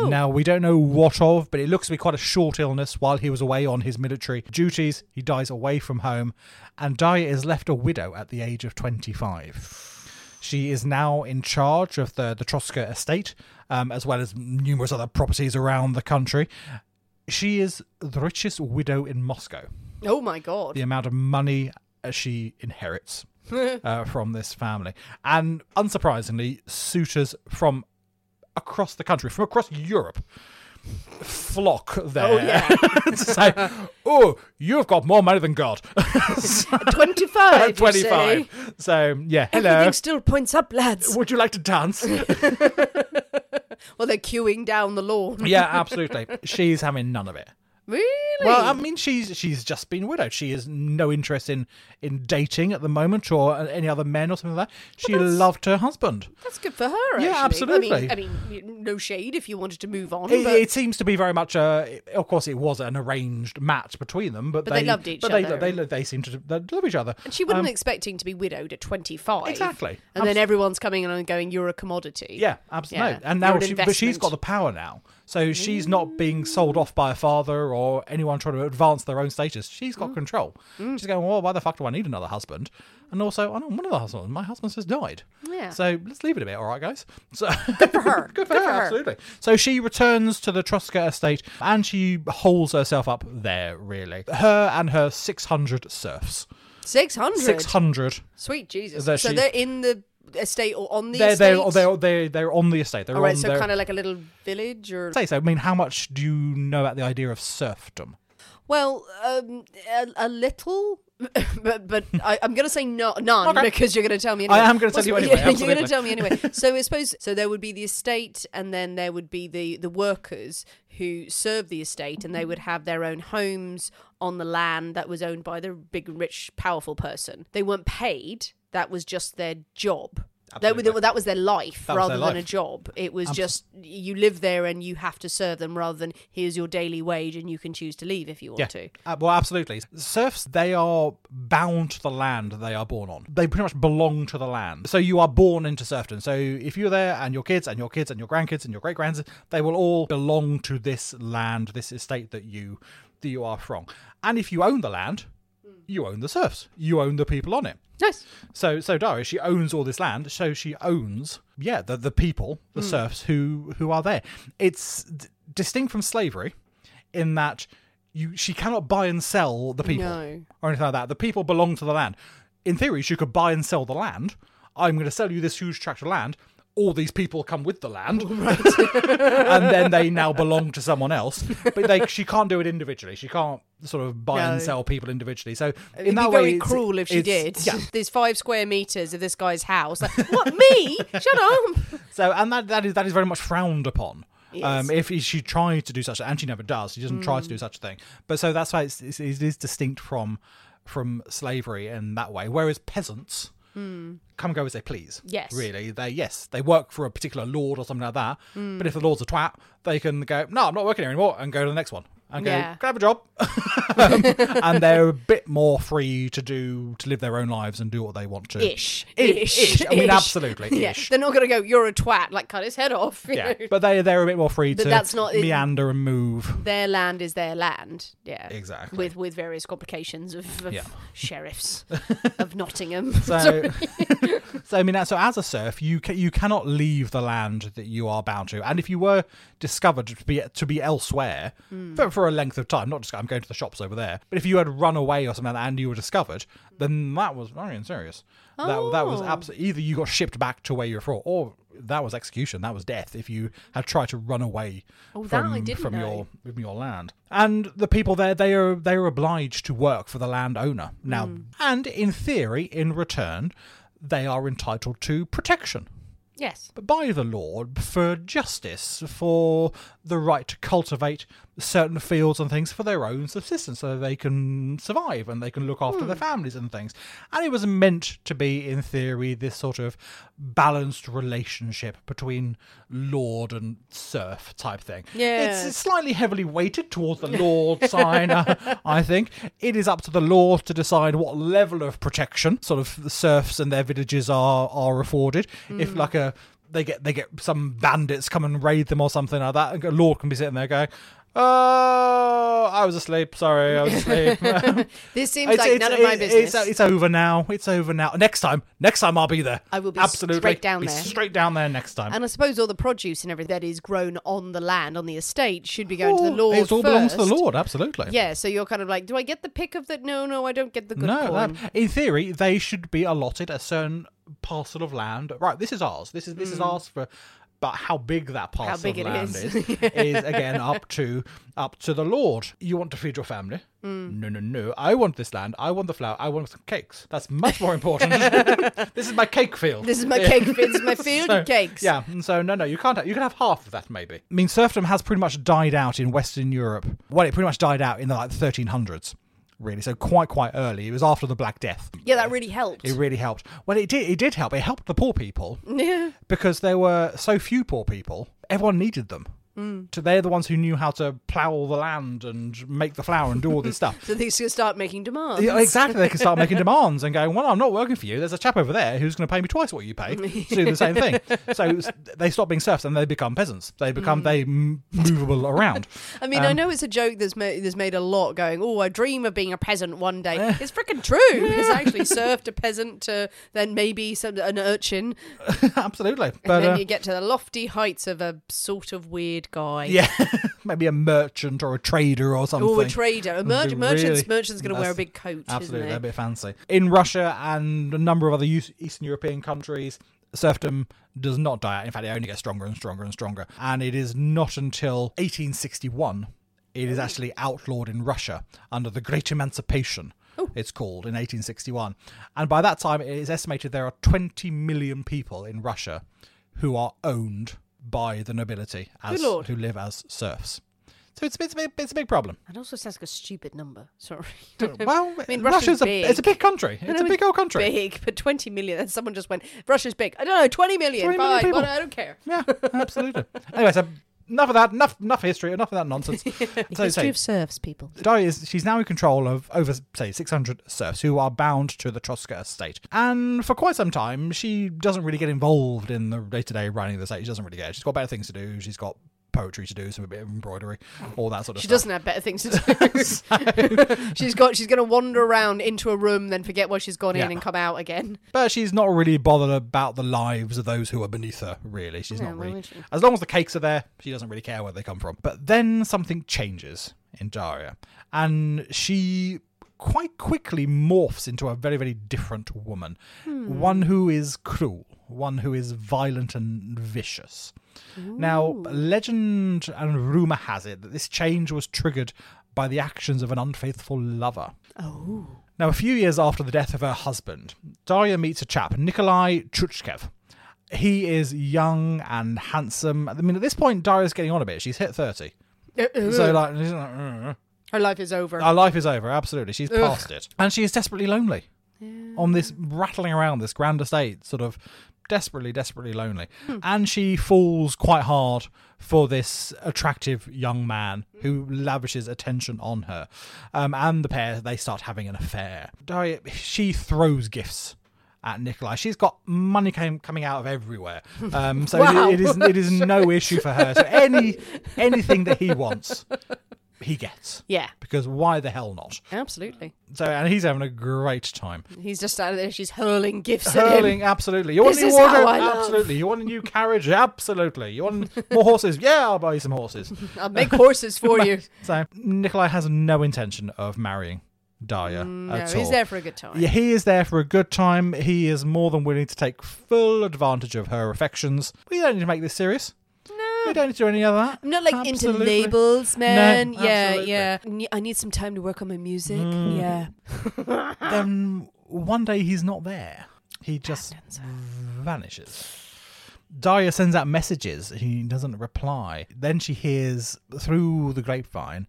A: Oh, no.
B: Now we don't know what of, but it looks to be quite a short illness. While he was away on his military duties, he dies away from home, and Dyer is left a widow at the age of 25. She is now in charge of the the Troska estate, um, as well as numerous other properties around the country. She is the richest widow in Moscow
A: Oh my God.
B: the amount of money uh, she inherits uh, from this family. And unsurprisingly, suitors from across the country, from across Europe, flock there.
A: Oh, yeah.
B: to say, oh, you've got more money than God.
A: 25. you say?
B: 25. So, yeah, hello.
A: Everything still points up, lads.
B: Would you like to dance?
A: Well, they're queuing down the lawn.
B: yeah, absolutely. She's having none of it.
A: Really?
B: Well, I mean, she's she's just been widowed. She has no interest in in dating at the moment or uh, any other men or something like that. She loved her husband.
A: That's good for her,
B: Yeah,
A: actually.
B: absolutely.
A: I mean, I mean, no shade if you wanted to move on.
B: It,
A: but
B: it seems to be very much a. Of course, it was an arranged match between them, but,
A: But they loved each
B: but
A: other.
B: They, they, they seem to they love each other.
A: And she wasn't expecting to be widowed at 25.
B: Um, Exactly.
A: And then everyone's coming in and going, you're a commodity.
B: Yeah, absolutely.
A: Yeah,
B: and
A: you're
B: now,
A: an
B: she, but
A: investment.
B: she's
A: Mm.
B: got the power now, so she's not being sold off by a father or anyone trying to advance their own status. She's
A: Mm.
B: got control. She's going, well, why the fuck do I need another husband? And also, I don't want another husband. My husband's just died.
A: Yeah.
B: So let's leave it a bit, all right, guys. So good for
A: her.
B: good for
A: Good
B: her.
A: for her.
B: Absolutely. So she returns to the Troska estate and she holds herself up there. Really, her and her six hundred serfs.
A: Six hundred.
B: Six hundred.
A: Sweet Jesus.
B: There
A: so
B: she-
A: they're in the estate or on the
B: They're
A: estate.
B: they're they're they're they're on the estate. They're
A: All right,
B: on
A: so
B: their-
A: kind of like a little village or
B: say so. I mean, how much do you know about the idea of serfdom?
A: well, um, a, a little. but but I, I'm going to say no, none because you're going to tell me. Anyway.
B: I am gonna tell you
A: What's-
B: anyway,
A: you're going
B: absolutely.
A: to tell me anyway. So I suppose so. There would be the estate, and then there would be the the workers who serve the estate, and they would have their own homes on the land that was owned by the big, rich, powerful person. They weren't paid. That was just their job. That, was-
B: Absolutely.
A: that was their life
B: That was
A: rather
B: their
A: than a
B: life.
A: job. It was just you live there and you have to serve them rather than here's your daily wage and you can choose to leave if you want to.
B: Uh, well, absolutely. Serfs, they are bound to the land they are born on. They pretty much belong to the land. So you are born into serfdom. So if you're there and your kids and your kids and your grandkids and your great grands, they will all belong to this land, this estate that you that you are from. And if you own the land, you own the serfs. You own the people on it.
A: Nice.
B: So so Daria, she owns all this land, so she owns yeah the the people, the
A: Hmm.
B: serfs who who are there. It's d- distinct from slavery in that you she cannot buy and sell the people
A: No.
B: or anything like that. The people belong to the land. In theory, she could buy and sell the land. I'm going to sell you this huge tract of land. All these people come with the land, and then they now belong to someone else. But they, she can't do it individually. She can't sort of buy and
A: No.
B: sell people individually. So in
A: It'd
B: that
A: be
B: way,
A: very
B: it's-
A: cruel if she
B: it's-
A: did.
B: Yeah,
A: There's five square meters of this guy's house. Like, what me? Shut up.
B: So, and that that is that is very much frowned upon. Um, if he- she tries to do such, and she never does, she doesn't try to do
A: Mm.
B: such a thing. But so that's why it's, it's, it is distinct from from slavery in that way. Whereas peasants come and go as they please.
A: Hmm. Yes.
B: really, they yes they work for a particular lord or something like that. But
A: Hmm.
B: if the lord's a twat, they can go, no, I'm not working here anymore, and go to the next one and go
A: Yeah.
B: grab a job. Um, and they're a bit more free to do to live their own lives and do what they want to.
A: Ish.
B: Ish.
A: Ish.
B: I mean,
A: Ish.
B: absolutely.
A: Yeah.
B: Ish.
A: They're not going to go, you're a twat, like cut his head off. you
B: Yeah,
A: know.
B: but they they're a bit more free
A: But
B: to
A: that's not-
B: meander and move.
A: Their land is their land. Yeah.
B: Exactly.
A: With with various complications of, of
B: Yeah.
A: sheriffs of Nottingham.
B: So, so I mean, so as a serf, you ca- you cannot leave the land that you are bound to, and if you were discovered to be to be elsewhere
A: Hmm.
B: for, for a length of time, not just I'm going to the shops over there, but if you had run away or something like that and you were discovered, then that was very serious. That that was
A: Oh.
B: absolutely either you got shipped back to where you were from, or that was execution, that was death if you had tried to run away
A: Oh, that
B: from,
A: I didn't
B: from
A: know.
B: your from your land. And the people there, they are they are obliged to work for the landowner now,
A: Hmm.
B: and in theory, in return, they are entitled to protection
A: yes.
B: by the Lord for justice, for the right to cultivate certain fields and things for their own subsistence, so they can survive and they can look after their
A: Hmm.
B: families and things. And it was meant to be, in theory, this sort of balanced relationship between Lord and serf type thing. It's-
A: Yes.
B: it's slightly heavily weighted towards the Lord sign, uh, I think. It is up to the Lord to decide what level of protection sort of the serfs and their villages are are afforded. If
A: Hmm.
B: like a they get they get some bandits come and raid them or something like that, and a Lord can be sitting there going, "Oh, I was asleep. Sorry, I was asleep."
A: This seems like none of my
B: it's- uh,
A: business.
B: It's, it's over now. It's over now. Next time, next time I'll be there.
A: I will be
B: absolutely
A: straight down
B: Be
A: there.
B: Straight down there next time.
A: and I suppose all the produce and everything that is grown on the land, on the estate, should be going to the
B: Oh,
A: Lord
B: It all belongs to the
A: first.
B: Lord. Absolutely.
A: Yeah, so you're kind of like, do I get the pick of the? No, no, I don't get the good
B: No,
A: corn.
B: that- in theory, they should be allotted a certain parcel of land. Right, this is ours. This is this is ours for. But how big that parcel
A: Mm. big
B: of
A: it
B: land
A: is.
B: is is again up to up to the Lord. You want to feed your family?
A: Mm.
B: No, no, no. I want this land. I want the flour. I want some cakes. That's much more important. this is my cake field.
A: This is my cake. This is my field
B: So,
A: of cakes.
B: Yeah, and so no, no, you can't. Have, you can have half of that, maybe. I mean, serfdom has pretty much died out in Western Europe. Well, it pretty much died out in the like 1300s, really. So quite, quite early. It was after the Black Death.
A: yeah, that really helped.
B: It really helped. Well, it did. It did help. It helped the poor people
A: yeah,
B: because there were so few poor people. Everyone needed them.
A: Mm.
B: So they're the ones who knew how to plough the land and make the flour and do all this stuff.
A: so these could start making demands.
B: Yeah, exactly. They can start making demands and going, "Well, I'm not working for you. There's a chap over there who's going to pay me twice what you pay to do the same thing." So s- they stop being serfs and they become peasants. They
A: Mm.
B: become they m- movable around.
A: I mean,
B: um,
A: I know it's a joke that's made, that's made a lot going, oh, I dream of being a peasant one day. it's freaking true. It's actually served a peasant to then maybe some, an urchin.
B: Absolutely.
A: And
B: But
A: then
B: uh,
A: you get to the lofty heights of a sort of weird weird guy.
B: Yeah, maybe a merchant or a trader or something.
A: Or a trader. A
B: That'd
A: merch-
B: be
A: merchant's,
B: really-
A: merchant's going to wear a
B: that's-
A: big coat,
B: Absolutely,
A: isn't
B: that'd
A: it?
B: be fancy. In Russia and a number of other East- Eastern European countries, serfdom does not die out. In fact, it only gets stronger and stronger and stronger. And it is not until 1861 it is actually outlawed in Russia under the Great Emancipation. It's called in 1861. And by that time, it is estimated there are 20 million people in Russia who are owned by the nobility as,
A: Good lord.
B: who live as serfs. So it's, it's, a big- it's a big problem.
A: And also sounds like a stupid number. Sorry.
B: Well,
A: I mean,
B: Russia's,
A: Russia's
B: a,
A: big.
B: it's a big country. It's a big old country.
A: Big, but 20 million. And someone just went, Russia's big. I don't know, 20 million.
B: 20 million
A: Fine,
B: people.
A: but I don't care.
B: Yeah, absolutely. anyway, so enough of that. Enough, enough history. Enough of that nonsense. so,
A: History
B: say,
A: of serfs, people.
B: Daria is she's now in control of over say 600 serfs who are bound to the Troska estate, and for quite some time she doesn't really get involved in the day-to-day running of the estate. She doesn't really get. She's got better things to do. She's got poetry to do, some a bit of embroidery, all that sort of
A: She
B: stuff.
A: doesn't have better things to do. she's got. She's going to wander around into a room, then forget where she's gone in
B: Yeah.
A: and come out again.
B: But she's not really bothered about the lives of those who are beneath her, really. She's
A: Yeah,
B: not
A: why
B: really.
A: would she?
B: As long as the cakes are there, she doesn't really care where they come from. But then something changes in Daria, and she quite quickly morphs into a very, very different woman.
A: Hmm.
B: One who is cruel, one who is violent and vicious. Now, legend and rumour has it that this change was triggered by the actions of an unfaithful lover. Now, a few years after the death of her husband, Daria meets a chap, Nikolai Truchkev. He is young and handsome. I mean, at this point, Daria's getting on a bit. She's hit 30. So, like, she's like, "Mm,
A: Her life is over.
B: our life is over, absolutely. She's past it. And she is desperately lonely on this rattling around this grand estate, sort of desperately, desperately lonely.
A: Hmm.
B: And she falls quite hard for this attractive young man
A: Hmm.
B: who lavishes attention on her. Um, and the pair, they start having an affair. Daria, she throws gifts. At Nikolai, she's got money came, coming out of everywhere, um, so it-
A: Wow.
B: it is it is no issue for her. So any anything that he wants, he gets
A: yeah,
B: because why the hell not?
A: absolutely.
B: So, and he's having a great time.
A: He's just standing there. She's hurling gifts at him.
B: Hurling, absolutely. You want
A: This
B: a new
A: is how
B: wardrobe?
A: I love.
B: Absolutely. You want a new carriage? Absolutely. You want more horses? Yeah, I'll buy you some horses.
A: I'll make horses for you.
B: So, Nikolai has no intention of marrying Daya
A: Mm, No,
B: at all.
A: he's there for a good time.
B: Yeah, he is there for a good time. He is more than willing to take full advantage of her affections. We don't need to make this serious. No. We don't need to do any of that.
A: I'm not like
B: Absolutely.
A: into labels, man.
B: No,
A: yeah,
B: absolutely. Mm.
A: yeah. I ne- I need some time to work on my music. Yeah.
B: then one day he's not there. He just vanishes. Daria sends out messages. He doesn't reply. Then she hears through the grapevine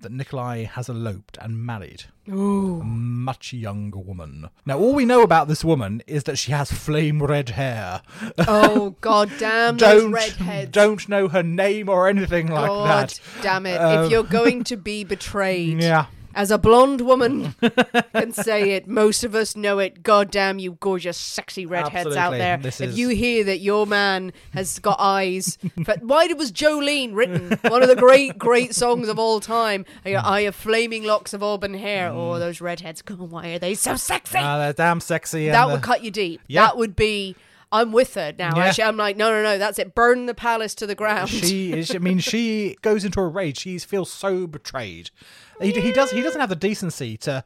B: that Nikolai has eloped and married a much younger woman. Now, all we know about this woman is that she has flame red hair.
A: Oh god damn those
B: don't
A: redheads.
B: don't know her name or anything like
A: God
B: that.
A: damn it.
B: Um,
A: if you're going to be betrayed
B: Yeah.
A: as a blonde woman can say it, most of us know it. God damn you gorgeous, sexy redheads out
B: Absolutely.
A: there.
B: This
A: if
B: is-
A: you hear that your man has got eyes but why did- was Jolene written? One of the great, great songs of all time. I, I have flaming locks of auburn hair.
B: Mm.
A: Oh, those redheads, God, why are they so sexy?
B: Ah, they're damn sexy. and
A: that
B: the-
A: would cut you deep.
B: Yeah.
A: That would be I'm with her now.
B: Yeah.
A: Actually, I'm like, no, no, no, that's it. Burn the palace to the ground.
B: She is. I mean, she goes into a rage. She feels so betrayed. He, he does. He doesn't have the decency to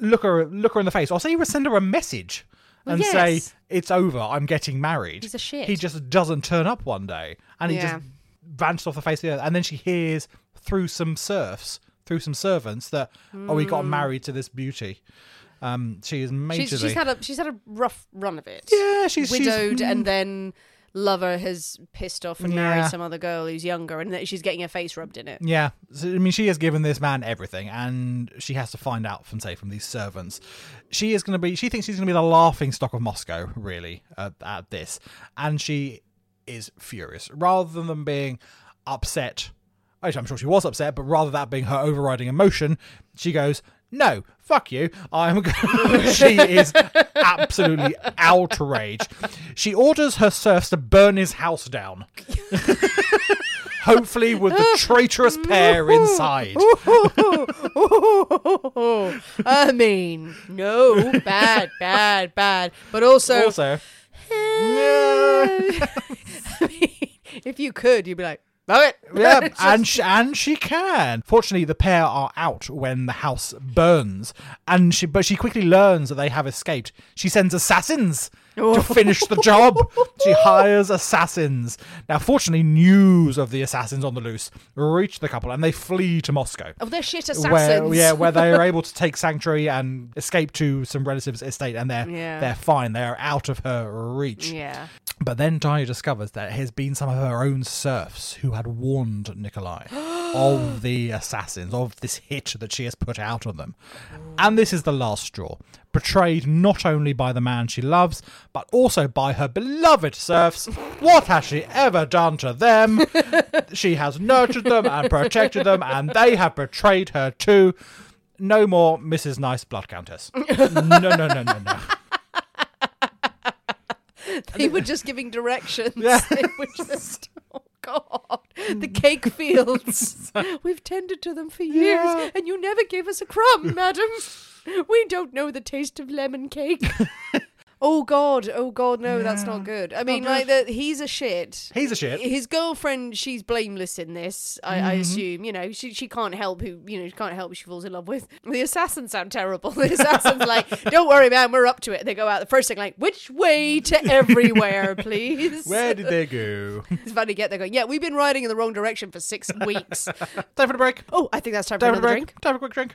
B: look her look her in the face, or say even send her a message and
A: yes.
B: say it's over. I'm getting married.
A: He's a shit.
B: He just doesn't turn up one day, and he
A: Yeah.
B: just vanished off the face of the earth. And then she hears through some serfs, through some servants, that oh, he got married to this beauty. Um, she is majorly.
A: Mm. she's, she's had a she's had a rough run of it.
B: yeah, she's she's-
A: widowed, and then lover has pissed off and married
B: Yeah.
A: some other girl who's younger, and that she's getting her face rubbed in it.
B: Yeah, so, I mean, she has given this man everything, and she has to find out from say from these servants. She is going to be. She thinks she's going to be the laughing stock of Moscow, really, at, at this, and she is furious. Rather than being upset, which I'm sure she was upset, but rather that being her overriding emotion, she goes, "No, fuck you! I'm." go-" she is absolutely outraged. She orders her serfs to burn his house down hopefully with the traitorous pair inside.
A: I mean, no, bad, bad, bad, but also,
B: Also,
A: I mean, if you could, you'd be like, Love it.
B: Yeah, and she, and she can. Fortunately, the pair are out when the house burns, and she but she quickly learns that they have escaped. She sends assassins
A: Oh.
B: to finish the job. she hires assassins. Now, fortunately, news of the assassins on the loose reach the couple, and they flee to Moscow.
A: Oh, they're shit assassins.
B: Where, yeah, where they are able to take sanctuary and escape to some relative's estate, and they're
A: Yeah.
B: they're fine. They are out of her reach.
A: Yeah.
B: But then Daya discovers that it has been some of her own serfs who had warned Nikolai of the assassins, of this hit that she has put out on them. And this is the last straw, betrayed not only by the man she loves, but also by her beloved serfs. What has she ever done to them? she has nurtured them and protected them, and they have betrayed her too. No more Mrs. Nice Blood Countess. No, no, no, no, no.
A: They were just giving directions. They were just, oh God, the cake fields. We've tended to them for years,
B: Yeah.
A: and you never gave us a crumb, madam. We don't know the taste of lemon cake. oh God, oh God, no, that's not good. I mean, like, the, he's a shit.
B: He's a shit.
A: His girlfriend, she's blameless in this. I,
B: Mm-hmm.
A: I assume, you know, she she can't help who you know she can't help who she falls in love with. The assassins sound terrible. The assassins like, don't worry, man, we're up to it. They go out the first thing like, which way to everywhere, please.
B: Where did they go?
A: it's funny to get there going. Yeah, we've been riding in the wrong direction for six weeks.
B: Time for the break.
A: oh, I think that's time for
B: Time for a
A: another
B: break.
A: drink.
B: Time for a quick drink.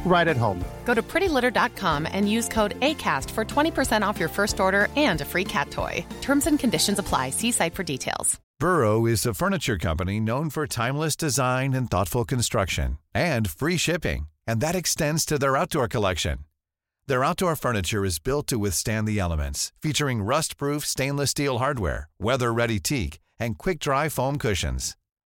C: right at home.
D: Go to prettylitter.com and use code ACAST for 20% off your first order and a free cat toy. Terms and conditions apply. See site for details.
E: Burrow is a furniture company known for timeless design and thoughtful construction and free shipping, and that extends to their outdoor collection. Their outdoor furniture is built to withstand the elements, featuring rust-proof stainless steel hardware, weather-ready teak, and quick-dry foam cushions.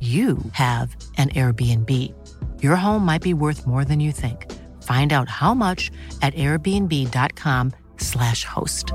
F: you have an Airbnb. Your home might be worth more than you think. Find out how much at airbnb.com/slash host.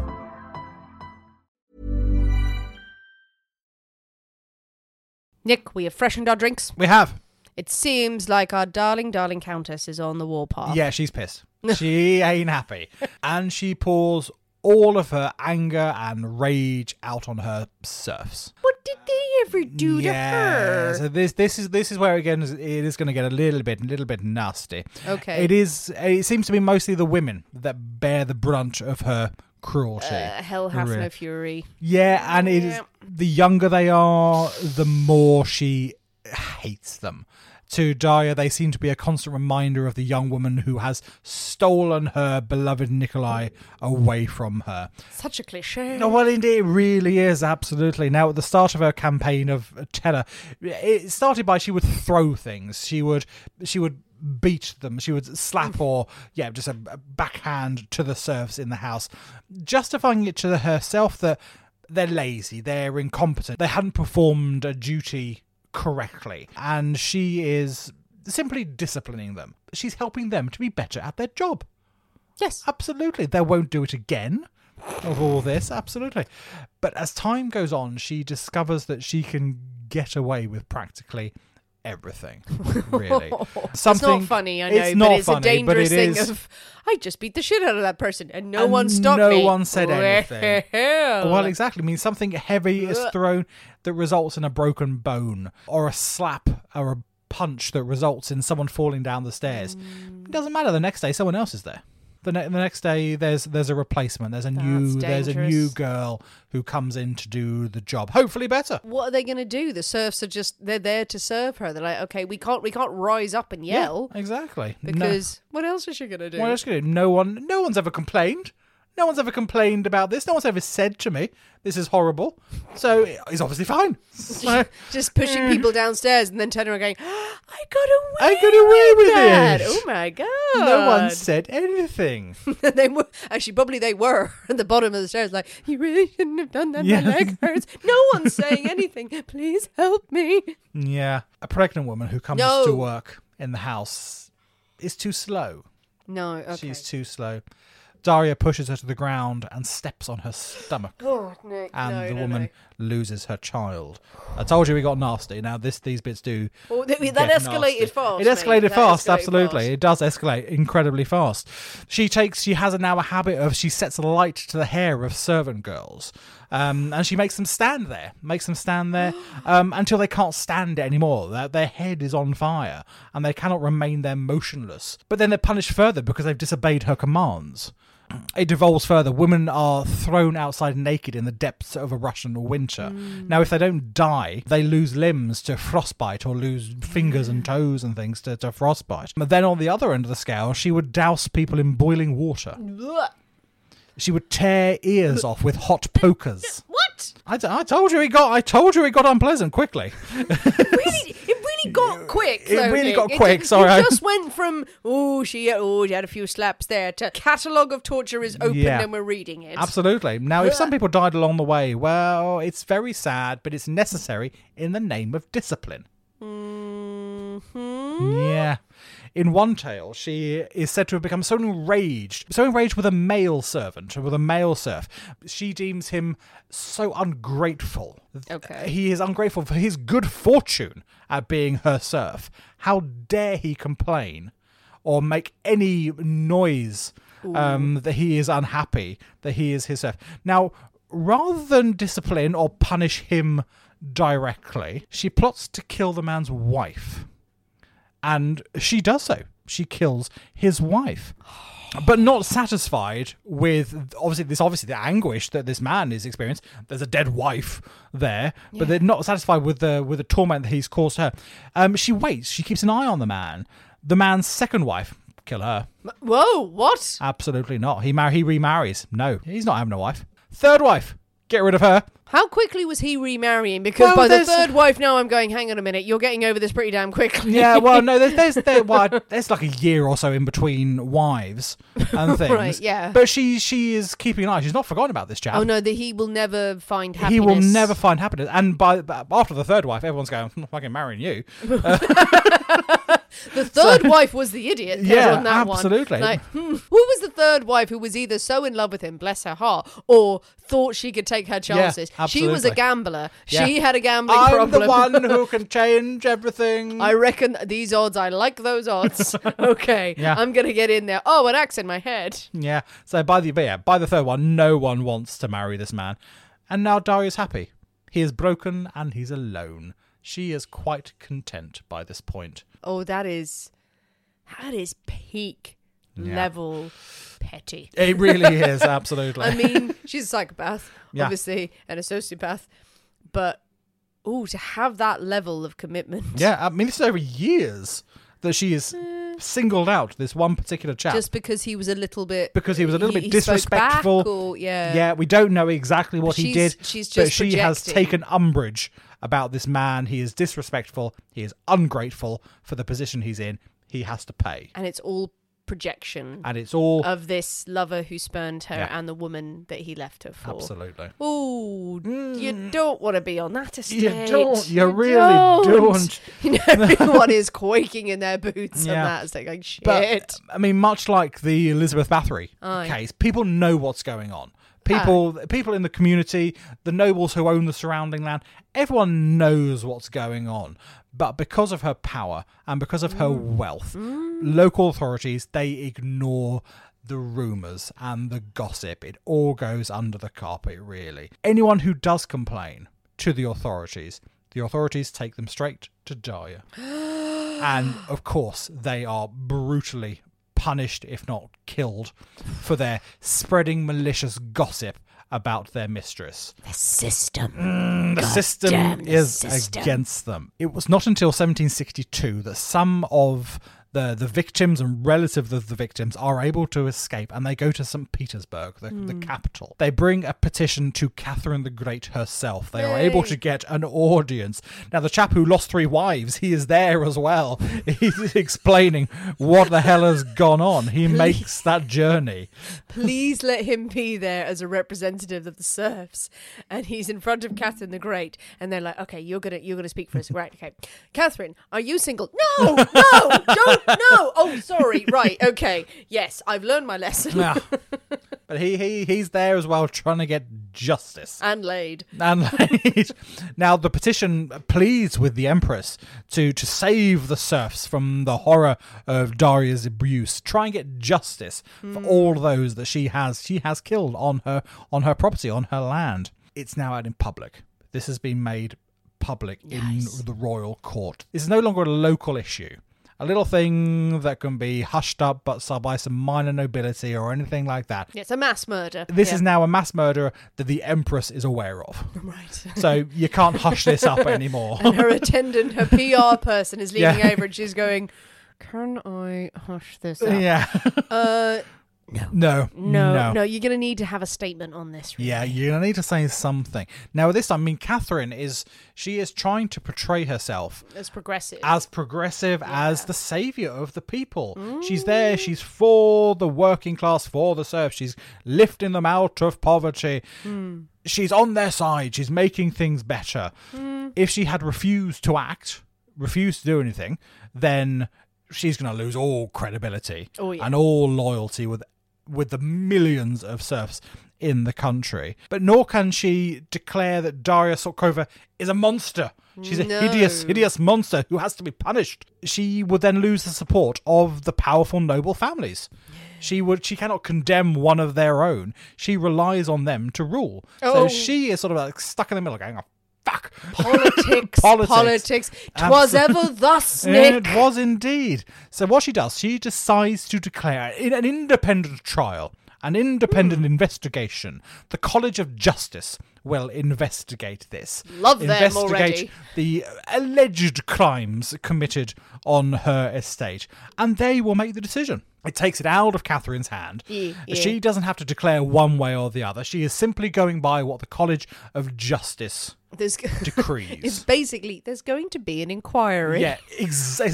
A: Nick, we have freshened our drinks.
B: We have.
A: It seems like our darling, darling countess is on the warpath.
B: Yeah, she's pissed. She ain't happy. And she pours all of her anger and rage out on her serfs.
A: What did they ever do
B: yeah.
A: to her?
B: So this this is this is where again it is going to get a little bit a little bit nasty.
A: Okay.
B: It is it seems to be mostly the women that bear the brunt of her cruelty.
A: Uh, hell hath
B: Really.
A: no fury.
B: Yeah, and it is the younger they are, the more she hates them. To Daya, they seem to be a constant reminder of the young woman who has stolen her beloved Nikolai away from her.
A: Such a cliche.
B: No, well, indeed, it really is, absolutely. Now, at the start of her campaign of terror, it started by she would throw things. She would, she would beat them. She would slap or, yeah, just a a backhand to the serfs in the house, justifying it to herself that they're lazy, they're incompetent, they hadn't performed a duty correctly, and she is simply disciplining them. She's helping them to be better at their job.
A: Yes.
B: Absolutely. They won't do it again of all this. Absolutely. But as time goes on, she discovers that she can get away with practically everything, really.
A: it's not funny, I know, but it's a
B: funny, but
A: dangerous
B: it
A: thing
B: is-
A: of I just beat the shit out of that person and no
B: and
A: one stopped
B: no
A: me.
B: one said anything.
A: Well,
B: Well, exactly. I mean, something heavy is thrown that results in a broken bone, or a slap, or a punch that results in someone falling down the stairs.
A: Mm.
B: It doesn't matter. The next day, someone else is there. The, ne- the next day, there's there's a replacement. There's a new
A: That's
B: there's a new
A: dangerous.
B: girl who comes in to do the job. Hopefully, better.
A: What are they going to do? The serfs are just they're there to serve her. They're like, okay, we can't we can't rise up and yell
B: exactly. No-
A: because what else is she going to do?
B: Well, that's good. No one, no one's ever complained. No one's ever complained about this. No one's ever said to me, "This is horrible." So he's obviously fine. So
A: just pushing people downstairs and then turning around going, I got away.
B: Mm. I got away with
A: that.
B: it.
A: Oh my god!
B: no one said anything.
A: they were actually probably they were at the bottom of the stairs, like you really shouldn't have done that.
B: Yes.
A: My leg hurts. No one's saying anything. Please help me.
B: yeah, a pregnant woman who comes
A: No.
B: to work in the house is too slow.
A: No, okay.
B: She's too slow. Daria pushes her to the ground and steps on her stomach.
A: oh, Nick,
B: And
A: no,
B: the
A: no,
B: woman
A: no.
B: loses her child. I told you we got nasty. Now this these bits do
A: Well, th- that
B: get
A: escalated
B: nasty.
A: fast,
B: It
A: mate.
B: escalated
A: That
B: fast,
A: escalated
B: absolutely.
A: fast.
B: It does escalate incredibly fast. She takes, she has now a habit of she sets light to the hair of servant girls, um, and she makes them stand there, makes them stand there um, until they can't stand it anymore. Their, their head is on fire, and they cannot remain there motionless. But then they're punished further because they've disobeyed her commands. It devolves further. Women are thrown outside naked in the depths of a Russian winter. Now, if they don't die, they lose limbs to frostbite or lose fingers and toes and things to, to frostbite. But then on the other end of the scale, she would douse people in boiling water. She would tear ears off with hot pokers.
A: What?
B: I, t- I told you it got. I told you it got unpleasant quickly.
A: Really, it really got quick.
B: It
A: though,
B: really
A: Nick.
B: got
A: It
B: quick,
A: ju-
B: sorry, I-
A: It just went from oh she oh she had a few slaps there to catalogue of torture is open
B: Yeah.
A: and we're reading it.
B: Absolutely. Now, if some people died along the way, well, it's very sad, but it's necessary in the name of discipline. Yeah. In one tale, she is said to have become so enraged, so enraged with a male servant, with a male serf. She deems him so ungrateful.
A: Okay.
B: He is ungrateful for his good fortune at being her serf. How dare he complain or make any noise um, that he is unhappy, that he is his serf. Now, rather than discipline or punish him directly, she plots to kill the man's wife and she does so. She kills his wife. But not satisfied with obviously this obviously the anguish that this man is experiencing. There's a dead wife there, but they're not satisfied with the with the torment that he's caused her. Um, she waits. She keeps an eye on the man. The man's second wife, kill her.
A: Whoa, what?
B: Uh, Absolutely not. He mar- he remarries. No, he's not having a wife. Third wife, get rid of her.
A: How quickly was he remarrying? Because
B: Well,
A: by the
B: there's-
A: third wife, now I'm going. Hang on a minute, you're getting over this pretty damn quickly.
B: Yeah, well, no, there's there's there, well, there's like a year or so in between wives and things.
A: yeah.
B: But she she is keeping an eye. She's not forgotten about this chap.
A: oh no, that he will never find happiness.
B: He will never find happiness. And by, by after the third wife, everyone's going, "I'm fucking marrying you."
A: The third wife was the idiot. there
B: Yeah,
A: on that one.
B: absolutely.
A: Like, hmm, who was the third wife who was either so in love with him, bless her heart, or thought she could take her chances? she was
B: absolutely.
A: a gambler.
B: Yeah.
A: She had a gambling
B: I'm
A: problem.
B: the one who can change everything.
A: I reckon that these odds. I like those odds. okay,
B: Yeah.
A: I'm gonna get in there. Oh, an axe in my head.
B: yeah. So by the but yeah, by the third one, no one wants to marry this man. And now Daria's happy. He is broken and he's alone. She is quite content by this point.
A: Oh, that is, that is peak level petty.
B: It really is absolutely.
A: I mean, she's a psychopath,
B: Yeah.
A: obviously, and a sociopath, but oh, to have that level of commitment,
B: Yeah, I mean, this is over years that she is singled out this one particular chap
A: just because he was a little bit,
B: because he was a little bit
A: he spoke
B: disrespectful.
A: back or- yeah,
B: yeah, we don't know exactly what
A: uh,
B: he
A: she's-
B: did,
A: she's
B: but
A: just
B: she has
A: projecting.
B: taken umbrage about this man. He is disrespectful. He is ungrateful for the position he's in. He has to pay.
A: and it's all projection
B: and it's all
A: of this lover who spurned her
B: Yeah.
A: and the woman that he left her for.
B: absolutely.
A: Ooh, you don't want to be on that estate.
B: don't. You really don't.
A: You know, everyone is quaking in their boots
B: Yeah.
A: and that. It's like, like, shit.
B: But I mean, much like the Elizabeth Bathory
A: Aye.
B: case, people know what's going on. People, people in the community, the nobles who own the surrounding land, everyone knows what's going on. But because of her power and because of her wealth, local authorities they ignore the rumors and the gossip. It all goes under the carpet, really. Anyone who does complain to the authorities, the authorities take them straight to Dyer and of course they are brutally punished if not killed for their spreading malicious gossip about their mistress
G: The system.
B: the system
G: damn the
B: is
G: system.
B: against them it was not until 1762 that some of the, the victims and relatives of the victims are able to escape and they go to St. Petersburg, the,
G: Hmm.
B: the capital. They bring a petition to Catherine the Great herself. They are able to get an audience. Now, the chap who lost three wives, he is there as well. He's explaining what the hell has gone on. He makes that journey.
A: Please let him be there as a representative of the serfs. And he's in front of Catherine the Great, and they're like, "Okay, you're gonna you're gonna speak for us, right? Okay, Catherine, are you single? No, no, don't, no. Oh, sorry. Right, okay. Yes, I've learned my lesson
B: Yeah. but he, he he's there as well trying to get justice.
A: and laid.
B: And like, now the petition pleads with the Empress to, to save the serfs from the horror of Daria's abuse. Try and get justice for all those that she has she has killed on her on her property, on her land. It's now out in public. This has been made public in the royal court. This is no longer a local issue. A little thing that can be hushed up but by some minor nobility or anything like that.
A: It's a mass murder.
B: This
A: Yeah.
B: is now a mass murder that the Empress is aware of.
A: right.
B: So you can't hush this up anymore.
A: and her attendant, her PR person, is leaning
B: Yeah.
A: over and she's going, Can I hush this up?
B: yeah.
A: Uh,
B: No.
A: no, no, you're going to need to have a statement on this. really.
B: Yeah, you're gonna need to say something. Now this I mean Catherine is she is trying to portray herself
A: As progressive.
B: as progressive as the savior of the people. She's
A: Mm.
B: there, she's for the working class, for the serfs, she's lifting them out of poverty.
A: Mm.
B: She's on their side, she's making things better.
A: Mm.
B: If she had refused to act, refused to do anything, then she's going to lose all credibility
A: Oh, yeah.
B: and all loyalty with with the millions of serfs in the country. But nor can she declare that Daria Sorkova is a monster. She's a hideous,
A: No.
B: hideous monster who has to be punished. She would then lose the support of the powerful noble families. She would she cannot condemn one of their own. She relies on them to rule.
A: Oh.
B: So she is sort of like stuck in the middle going, oh, fuck.
A: politics, politics. Twas
B: Absolutely.
A: ever thus, Nick.
B: It was indeed. So what she does, she decides to declare in an independent trial, an independent
A: Hmm.
B: investigation. The College of Justice will investigate this.
A: Love them
B: investigate
A: already.
B: The alleged crimes committed on her estate, and they will make the decision. It takes it out of Catherine's hand.
A: Yeah, yeah.
B: She doesn't have to declare one way or the other. She is simply going by what the College of Justice
A: There's,
B: decrees.
A: it's basically, there's going to be an inquiry.
B: Yeah, ex- that's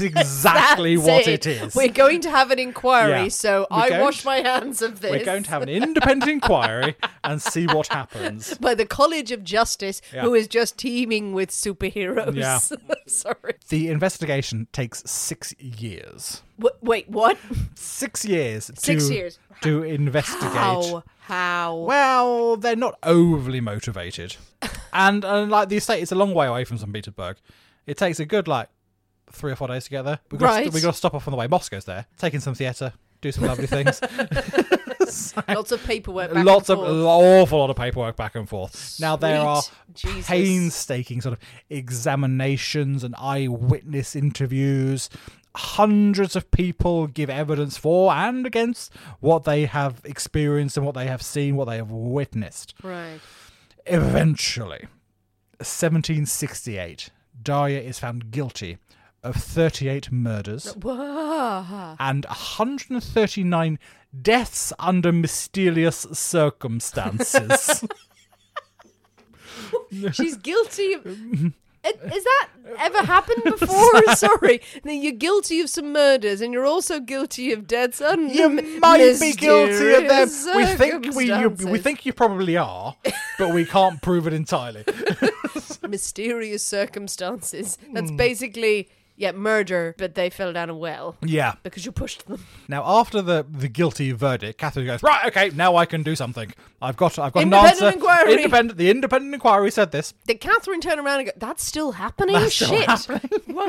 B: exactly
A: That's
B: what it is.
A: We're going to have an inquiry,
B: Yeah.
A: so
B: We're
A: I
B: going
A: wash
B: to-
A: my hands of this.
B: We're going to have an independent inquiry and see what happens.
A: by the College of Justice,
B: Yeah.
A: who is just teeming with superheroes.
B: Yeah.
A: Sorry.
B: The investigation takes six years.
A: W- wait, what?
B: Six years.
A: Six
B: to,
A: years.
B: to investigate.
A: How? How?
B: Well, they're not overly motivated, and and like the estate is a long way away from St. Petersburg. It takes a good like three or four days to get there. We got
A: Right.
B: we got to stop off on the way. Moscow's there. Take in some theatre. Do some lovely things.
A: Lots of paperwork. Back
B: lots
A: and
B: of
A: forth.
B: awful lot of paperwork back and forth. Now there
A: Sweet
B: are
A: Jesus.
B: painstaking sort of examinations and eyewitness interviews. Hundreds of people give evidence for and against what they have experienced and what they have seen, what they have witnessed.
A: Right.
B: Eventually, 1768, Dyer is found guilty of 38 murders
A: Oh. Whoa.
B: and 139 deaths under mysterious circumstances.
A: She's guilty. of- Has that ever happened before? Sorry, Now, you're guilty of some murders, and you're also guilty of dead son.
B: You might be guilty of them. We think we you, we
A: circumstances.
B: think you probably are, but we can't prove it entirely.
A: mysterious circumstances.
B: Hmm.
A: That's basically yeah murder, but they fell down a well
B: yeah.
A: because you pushed them.
B: Now, after the, the guilty verdict, Catherine goes right. Okay, now I can do something. I've got I've got
A: Independent
B: an answer.
A: inquiry.
B: Independent. The independent inquiry said this.
A: Did Catherine turn around and go, "That's still happening?
B: That's still
A: Shit!
B: happening."
A: wow,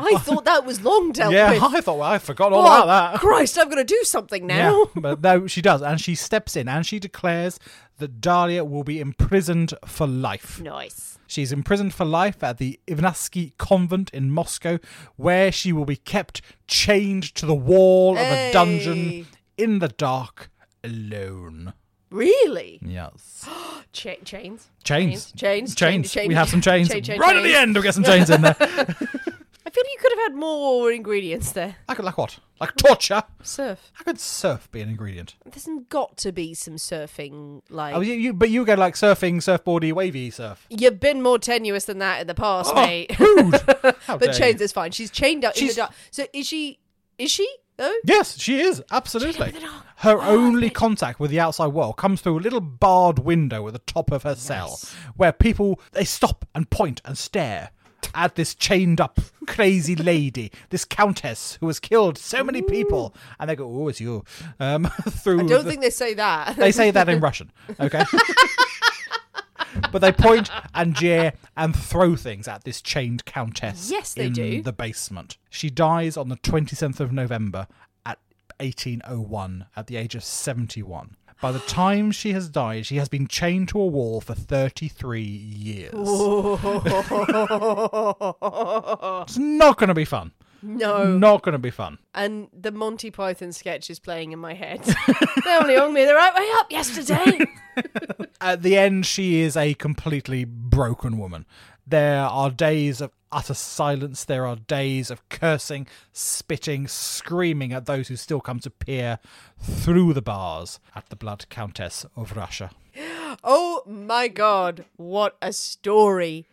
A: I thought that was long dealt
B: yeah,
A: with.
B: I thought well, I forgot all
A: Oh,
B: about that.
A: Christ, I'm going to do something now.
B: Yeah, but no, she does, and she steps in and she declares that Dahlia will be imprisoned for life.
A: Nice.
B: She's imprisoned for life at the Ivanatsky convent in Moscow, where she will be kept chained to the wall of a
A: Hey.
B: dungeon in the dark, alone.
A: Really?
B: Yes.
A: Cha- chains.
B: Chains.
A: Chains.
B: Chains.
A: Chain-
B: we have some chains.
A: chain- chain-
B: right at the
A: chains.
B: end, we'll get some chains in there.
A: I feel you could have had more ingredients there.
B: I could, like what? Like torture?
A: Surf.
B: How could surf be an ingredient?
A: There's got to be some surfing, like.
B: Oh, you, you, but you go like surfing, surfboardy, wavy surf.
A: You've been more tenuous than that in the past, mate.
B: Oh, How dare
A: but
B: you.
A: chains is fine. She's chained up in
B: She's-
A: the dark. So is she? Is she? Oh,
B: Yes, she is absolutely. Her only contact with the outside world comes through a little barred window at the top of her cell, where people they stop and point and stare at this chained up crazy lady, this countess who has killed so many people, and they go, "Oh, it's you." Um, through
A: I don't
B: the-
A: think they say that.
B: they say that in Russian, okay? but they point and jeer and throw things at this chained countess.
A: Yes, they
B: in
A: do.
B: The basement. She dies on the 27th of November at 1801 at the age of 71. By the time she has died, she has been chained to a wall for 33 years. It's not going to be fun.
A: no.
B: Not going to be fun.
A: And the Monty Python sketch is playing in my head. they only hung me the right way up yesterday.
B: at the end, she is a completely broken woman. There are days of utter silence. There are days of cursing, spitting, screaming at those who still come to peer through the bars at the Blood Countess of Russia.
A: oh my god, what a story!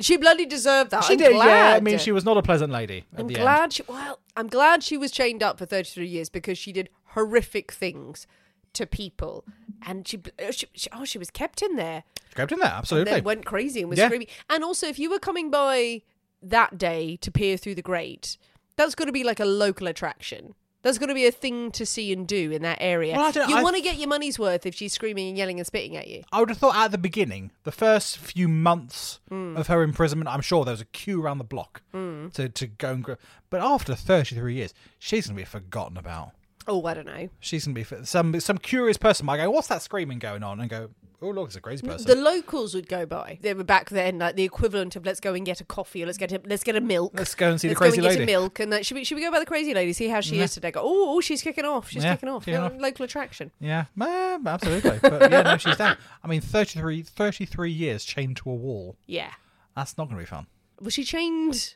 A: She bloody deserved that. I'm glad.
B: yeah. I mean, she was not a pleasant lady at
A: I'm
B: the end.
A: glad. She, well, I'm glad she was chained up for 33 years because she did horrific things to people, and she, uh, she, she oh, she was kept in there.
B: She grabbed in there,
A: They
B: absolutely.
A: went crazy and was
B: Yeah.
A: screaming. And also, if you were coming by that day to peer through the grate, that's got to be like a local attraction. That's got to be a thing to see and do in that area.
B: Well, I don't-
A: you
B: I-
A: want to get your money's worth if she's screaming and yelling and spitting at you.
B: I would have thought at the beginning, the first few months
A: Hmm.
B: of her imprisonment, I'm sure there was a queue around the block to, to go and grab. But after 33 years, she's going to be forgotten about.
A: Oh, I don't know.
B: She's gonna be fit. some some curious person might go, "What's that screaming going on?" and go, "Oh look, it's a crazy person."
A: The locals would go by. They were back then, like the equivalent of let's go and get a coffee or let's get a, let's get a milk.
B: Let's go and see the
A: Let's
B: crazy
A: go and
B: lady."
A: Get a milk and like, should we should we go by the crazy lady see how she is today? Go oh oh, she's kicking off she's
B: Yeah,
A: kicking off
B: kicking
A: Yeah,
B: off.
A: local attraction.
B: yeah, um, absolutely. But yeah, no, she's down. I mean, 33, 33 years chained to a wall.
A: Yeah,
B: That's not gonna be fun.
A: was she chained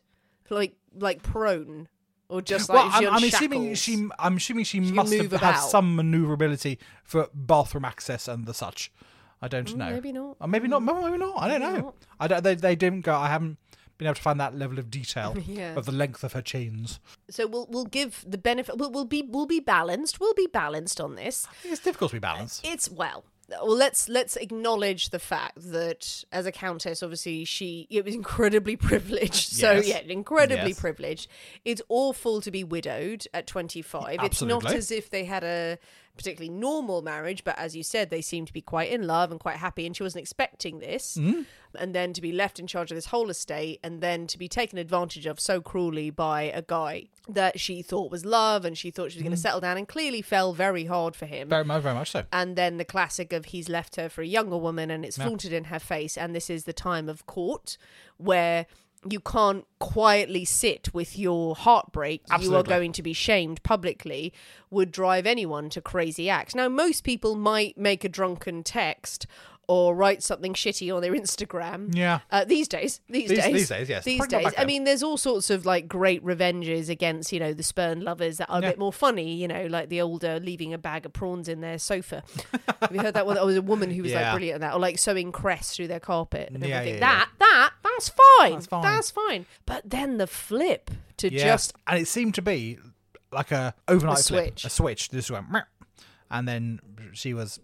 A: like like prone or just like
B: Well,
A: is she
B: I'm,
A: on
B: I'm assuming
A: shackles?
B: she. I'm assuming she,
A: can
B: must have
A: move
B: had
A: about.
B: some maneuverability for bathroom access and the such. I don't know.
A: Mm, maybe not. Mm.
B: Or maybe not. Maybe not. I don't know. I don't. They, they didn't go. I haven't been able to find that level of detail
A: Yeah.
B: of the length of her chains.
A: So we'll we'll give the benefit. We'll, we'll be we'll be balanced. We'll be balanced on this.
B: I think it's difficult to be balanced.
A: It's well. Well, let's let's acknowledge the fact that as a countess, obviously she it was incredibly privileged. So
B: Yes.
A: yeah, incredibly
B: Yes.
A: privileged. It's awful to be widowed at twenty five. It's not
B: Absolutely.
A: as if they had a particularly normal marriage, but as you said, they seemed to be quite in love and quite happy, and she wasn't expecting this.
B: Mm.
A: And then to be left in charge of this whole estate, and then to be taken advantage of so cruelly by a guy that she thought was love, and she thought she was
B: Mm.
A: going to settle down, and clearly fell very hard for him
B: Very much. Very much so.
A: and then the classic of he's left her for a younger woman and it's flaunted in her face and this is the time of court where you can't quietly sit with your heartbreak you are
B: Absolutely.
A: going to be shamed publicly would drive anyone to crazy acts now most people might make a drunken text or write something shitty on their Instagram.
B: Yeah.
A: Uh, these days, these,
B: These-
A: days,
B: these days, yes.
A: These
B: Probably not
A: days.
B: back
A: I
B: then.
A: mean, there's all sorts of like great revenges against you know the spurned lovers that are a bit more funny. You know, like the older leaving a bag of prawns in their sofa. Have you heard that one? That was a woman who was like
B: Yeah.
A: brilliant at that, or like sewing crests through their carpet and
B: Yeah,
A: everything.
B: yeah, yeah.
A: that, that, that That's fine.
B: That's fine.
A: But then the flip to
B: Yeah.
A: just
B: and it seemed to be like a overnight
A: A
B: flip,
A: switch.
B: a switch. This went, "Meow." and then she was,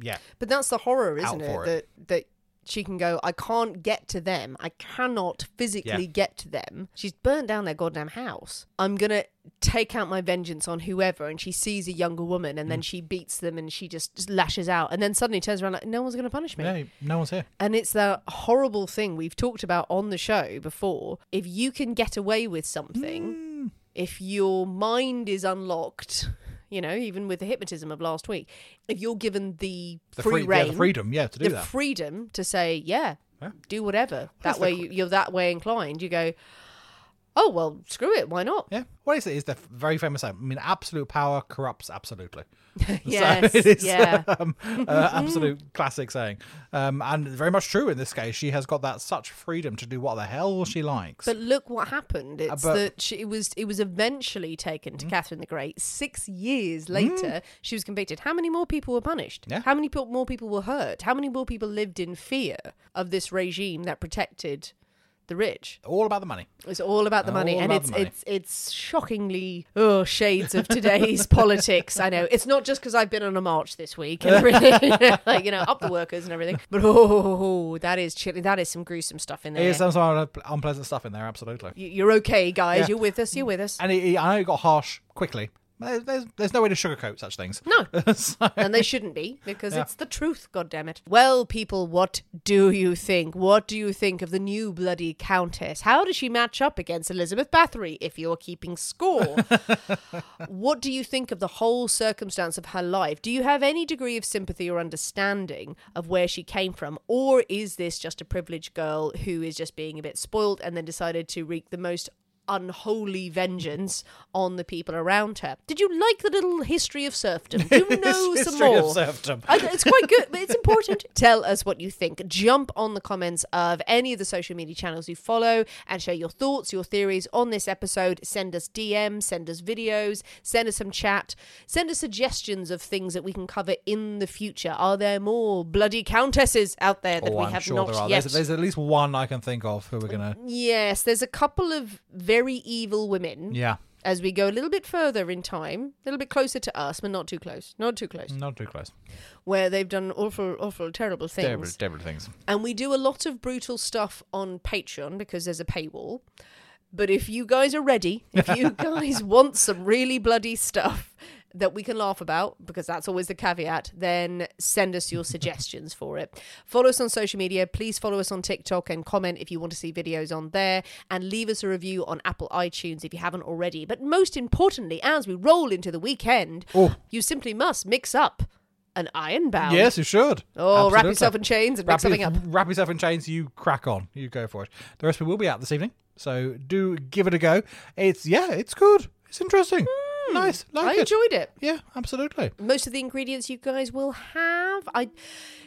B: yeah,
A: But that's the horror,
B: Out
A: isn't
B: for
A: it?
B: it.
A: That that she can go, I can't get to them. I cannot physically
B: Yeah.
A: get to them. She's burnt down their goddamn house. I'm gonna take out my vengeance on whoever and she sees a younger woman
B: Mm.
A: and then she beats them and she just, just lashes out and then suddenly turns around like no one's gonna punish me.
B: no, no one's here.
A: And it's the horrible thing we've talked about on the show before. If you can get away with
B: Mm.
A: something, if your mind is unlocked, you know, even with the hypnotism of last week, if you're given the,
B: The
A: free
B: free- yeah,
A: reign,
B: the freedom, yeah, to do
A: the
B: that.
A: freedom to say, yeah,
B: Yeah.
A: do whatever.
B: that's
A: that
B: the
A: way
B: qu-
A: you, you're that way inclined. You go, oh well, screw it, why not?
B: Yeah, what is it? Is the f- very famous? saying, I mean, absolute power corrupts absolutely.
A: Yes,
B: so it is,
A: yeah.
B: um, uh, absolute classic saying, um, and very much true in this case. She has got that such freedom to do what the hell she likes.
A: But look what happened. It's
B: Uh, but- Mm.
A: that she, it was it was eventually taken to Catherine the Great. Six years later, she was convicted. How many more people were punished?
B: Yeah.
A: How many pe- more people were hurt? How many more people lived in fear of this regime that protected the rich?
B: All about the money.
A: It's all about the money,
B: All
A: and
B: about
A: it's
B: the money.
A: it's it's shockingly oh, shades of today's politics. I know it's not just because I've been on a march this week and everything, like you know, up the workers and everything. But oh, that is chilling. That is some gruesome stuff in there.
B: There's some sort of unpleasant stuff in there, absolutely.
A: You- You're okay, guys.
B: Yeah.
A: You're with us. You're with us.
B: And it, it- I know it got harsh quickly. but There's, there's, there's no way to sugarcoat such things.
A: No.
B: So-
A: and they shouldn't be because
B: Yeah.
A: it's the truth, God damn it. Well, people, what do you think? What do you think of the new bloody countess? How does she match up against Elizabeth Bathory if you're keeping score? what do you think of the whole circumstance of her life? Do you have any degree of sympathy or understanding of where she came from? Or is this just a privileged girl who is just being a bit spoiled and then decided to wreak the most unholy vengeance on the people around her? Did you like the little history of serfdom? Do you know
B: It's
A: some
B: history
A: more?
B: of serfdom.
A: I- it's quite good, but it's important. Tell us what you think. Jump on the comments of any of the social media channels you follow and share your thoughts, your theories on this episode. Send us DMs, send us videos, send us some chat, send us suggestions of things that we can cover in the future. Are there more bloody countesses out there that
B: Oh,
A: we
B: I'm
A: have
B: sure
A: not
B: there are.
A: yet?
B: There's, there's uh, at least one I can think of who we're gonna.
A: yes, there's a couple of very evil women.
B: Yeah,
A: As we go a little bit further in time, a little bit closer to us, but not too close, not too close,
B: not too close.
A: where they've done awful, awful, terrible things.
B: Terrible, terrible things.
A: And we do a lot of brutal stuff on Patreon because there's a paywall. But if you guys are ready, if you guys want some really bloody stuff that we can laugh about, because that's always the caveat, then send us your suggestions for it. Follow us on social media. Please follow us on TikTok and comment if you want to see videos on there. And leave us a review on Apple iTunes if you haven't already. But most importantly, as we roll into the weekend,
B: Oh.
A: you simply must mix up an iron bound.
B: Yes, you should.
A: Oh, wrap
B: Absolutely.
A: yourself in chains and
B: wrap
A: mix something
B: your-
A: up.
B: Wrap yourself in chains. You crack on. You go for it. The recipe will be out this evening, so do give it a go. It's yeah, it's good. It's interesting. nice. Like
A: Mm. I
B: it.
A: enjoyed it.
B: Yeah, absolutely.
A: most of the ingredients you guys will have. I,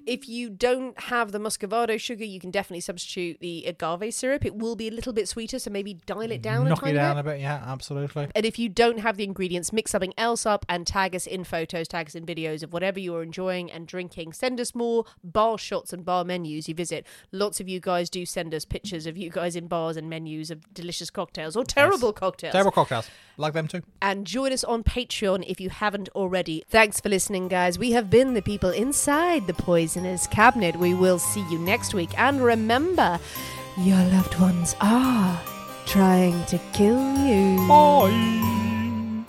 A: if you don't have the muscovado sugar, you can definitely substitute the agave syrup. It will be a little bit sweeter, so maybe dial it down
B: Knock
A: a
B: it
A: tiny
B: down
A: bit.
B: a bit. Yeah, absolutely.
A: And if you don't have the ingredients, mix something else up and tag us in photos, tag us in videos of whatever you're enjoying and drinking. Send us more bar shots and bar menus you visit. Lots of you guys do send us pictures of you guys in bars and menus of delicious cocktails or terrible cocktails.
B: Terrible cocktails. Like them too.
A: and join us on Patreon if you haven't already. Thanks for listening, guys. We have been the people inside the poisoner's cabinet. We will see you next week. And remember, your loved ones are trying to kill you.
B: Bye.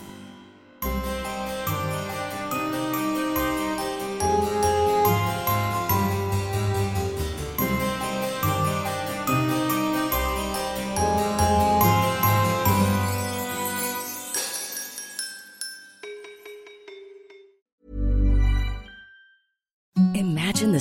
G: Imagine the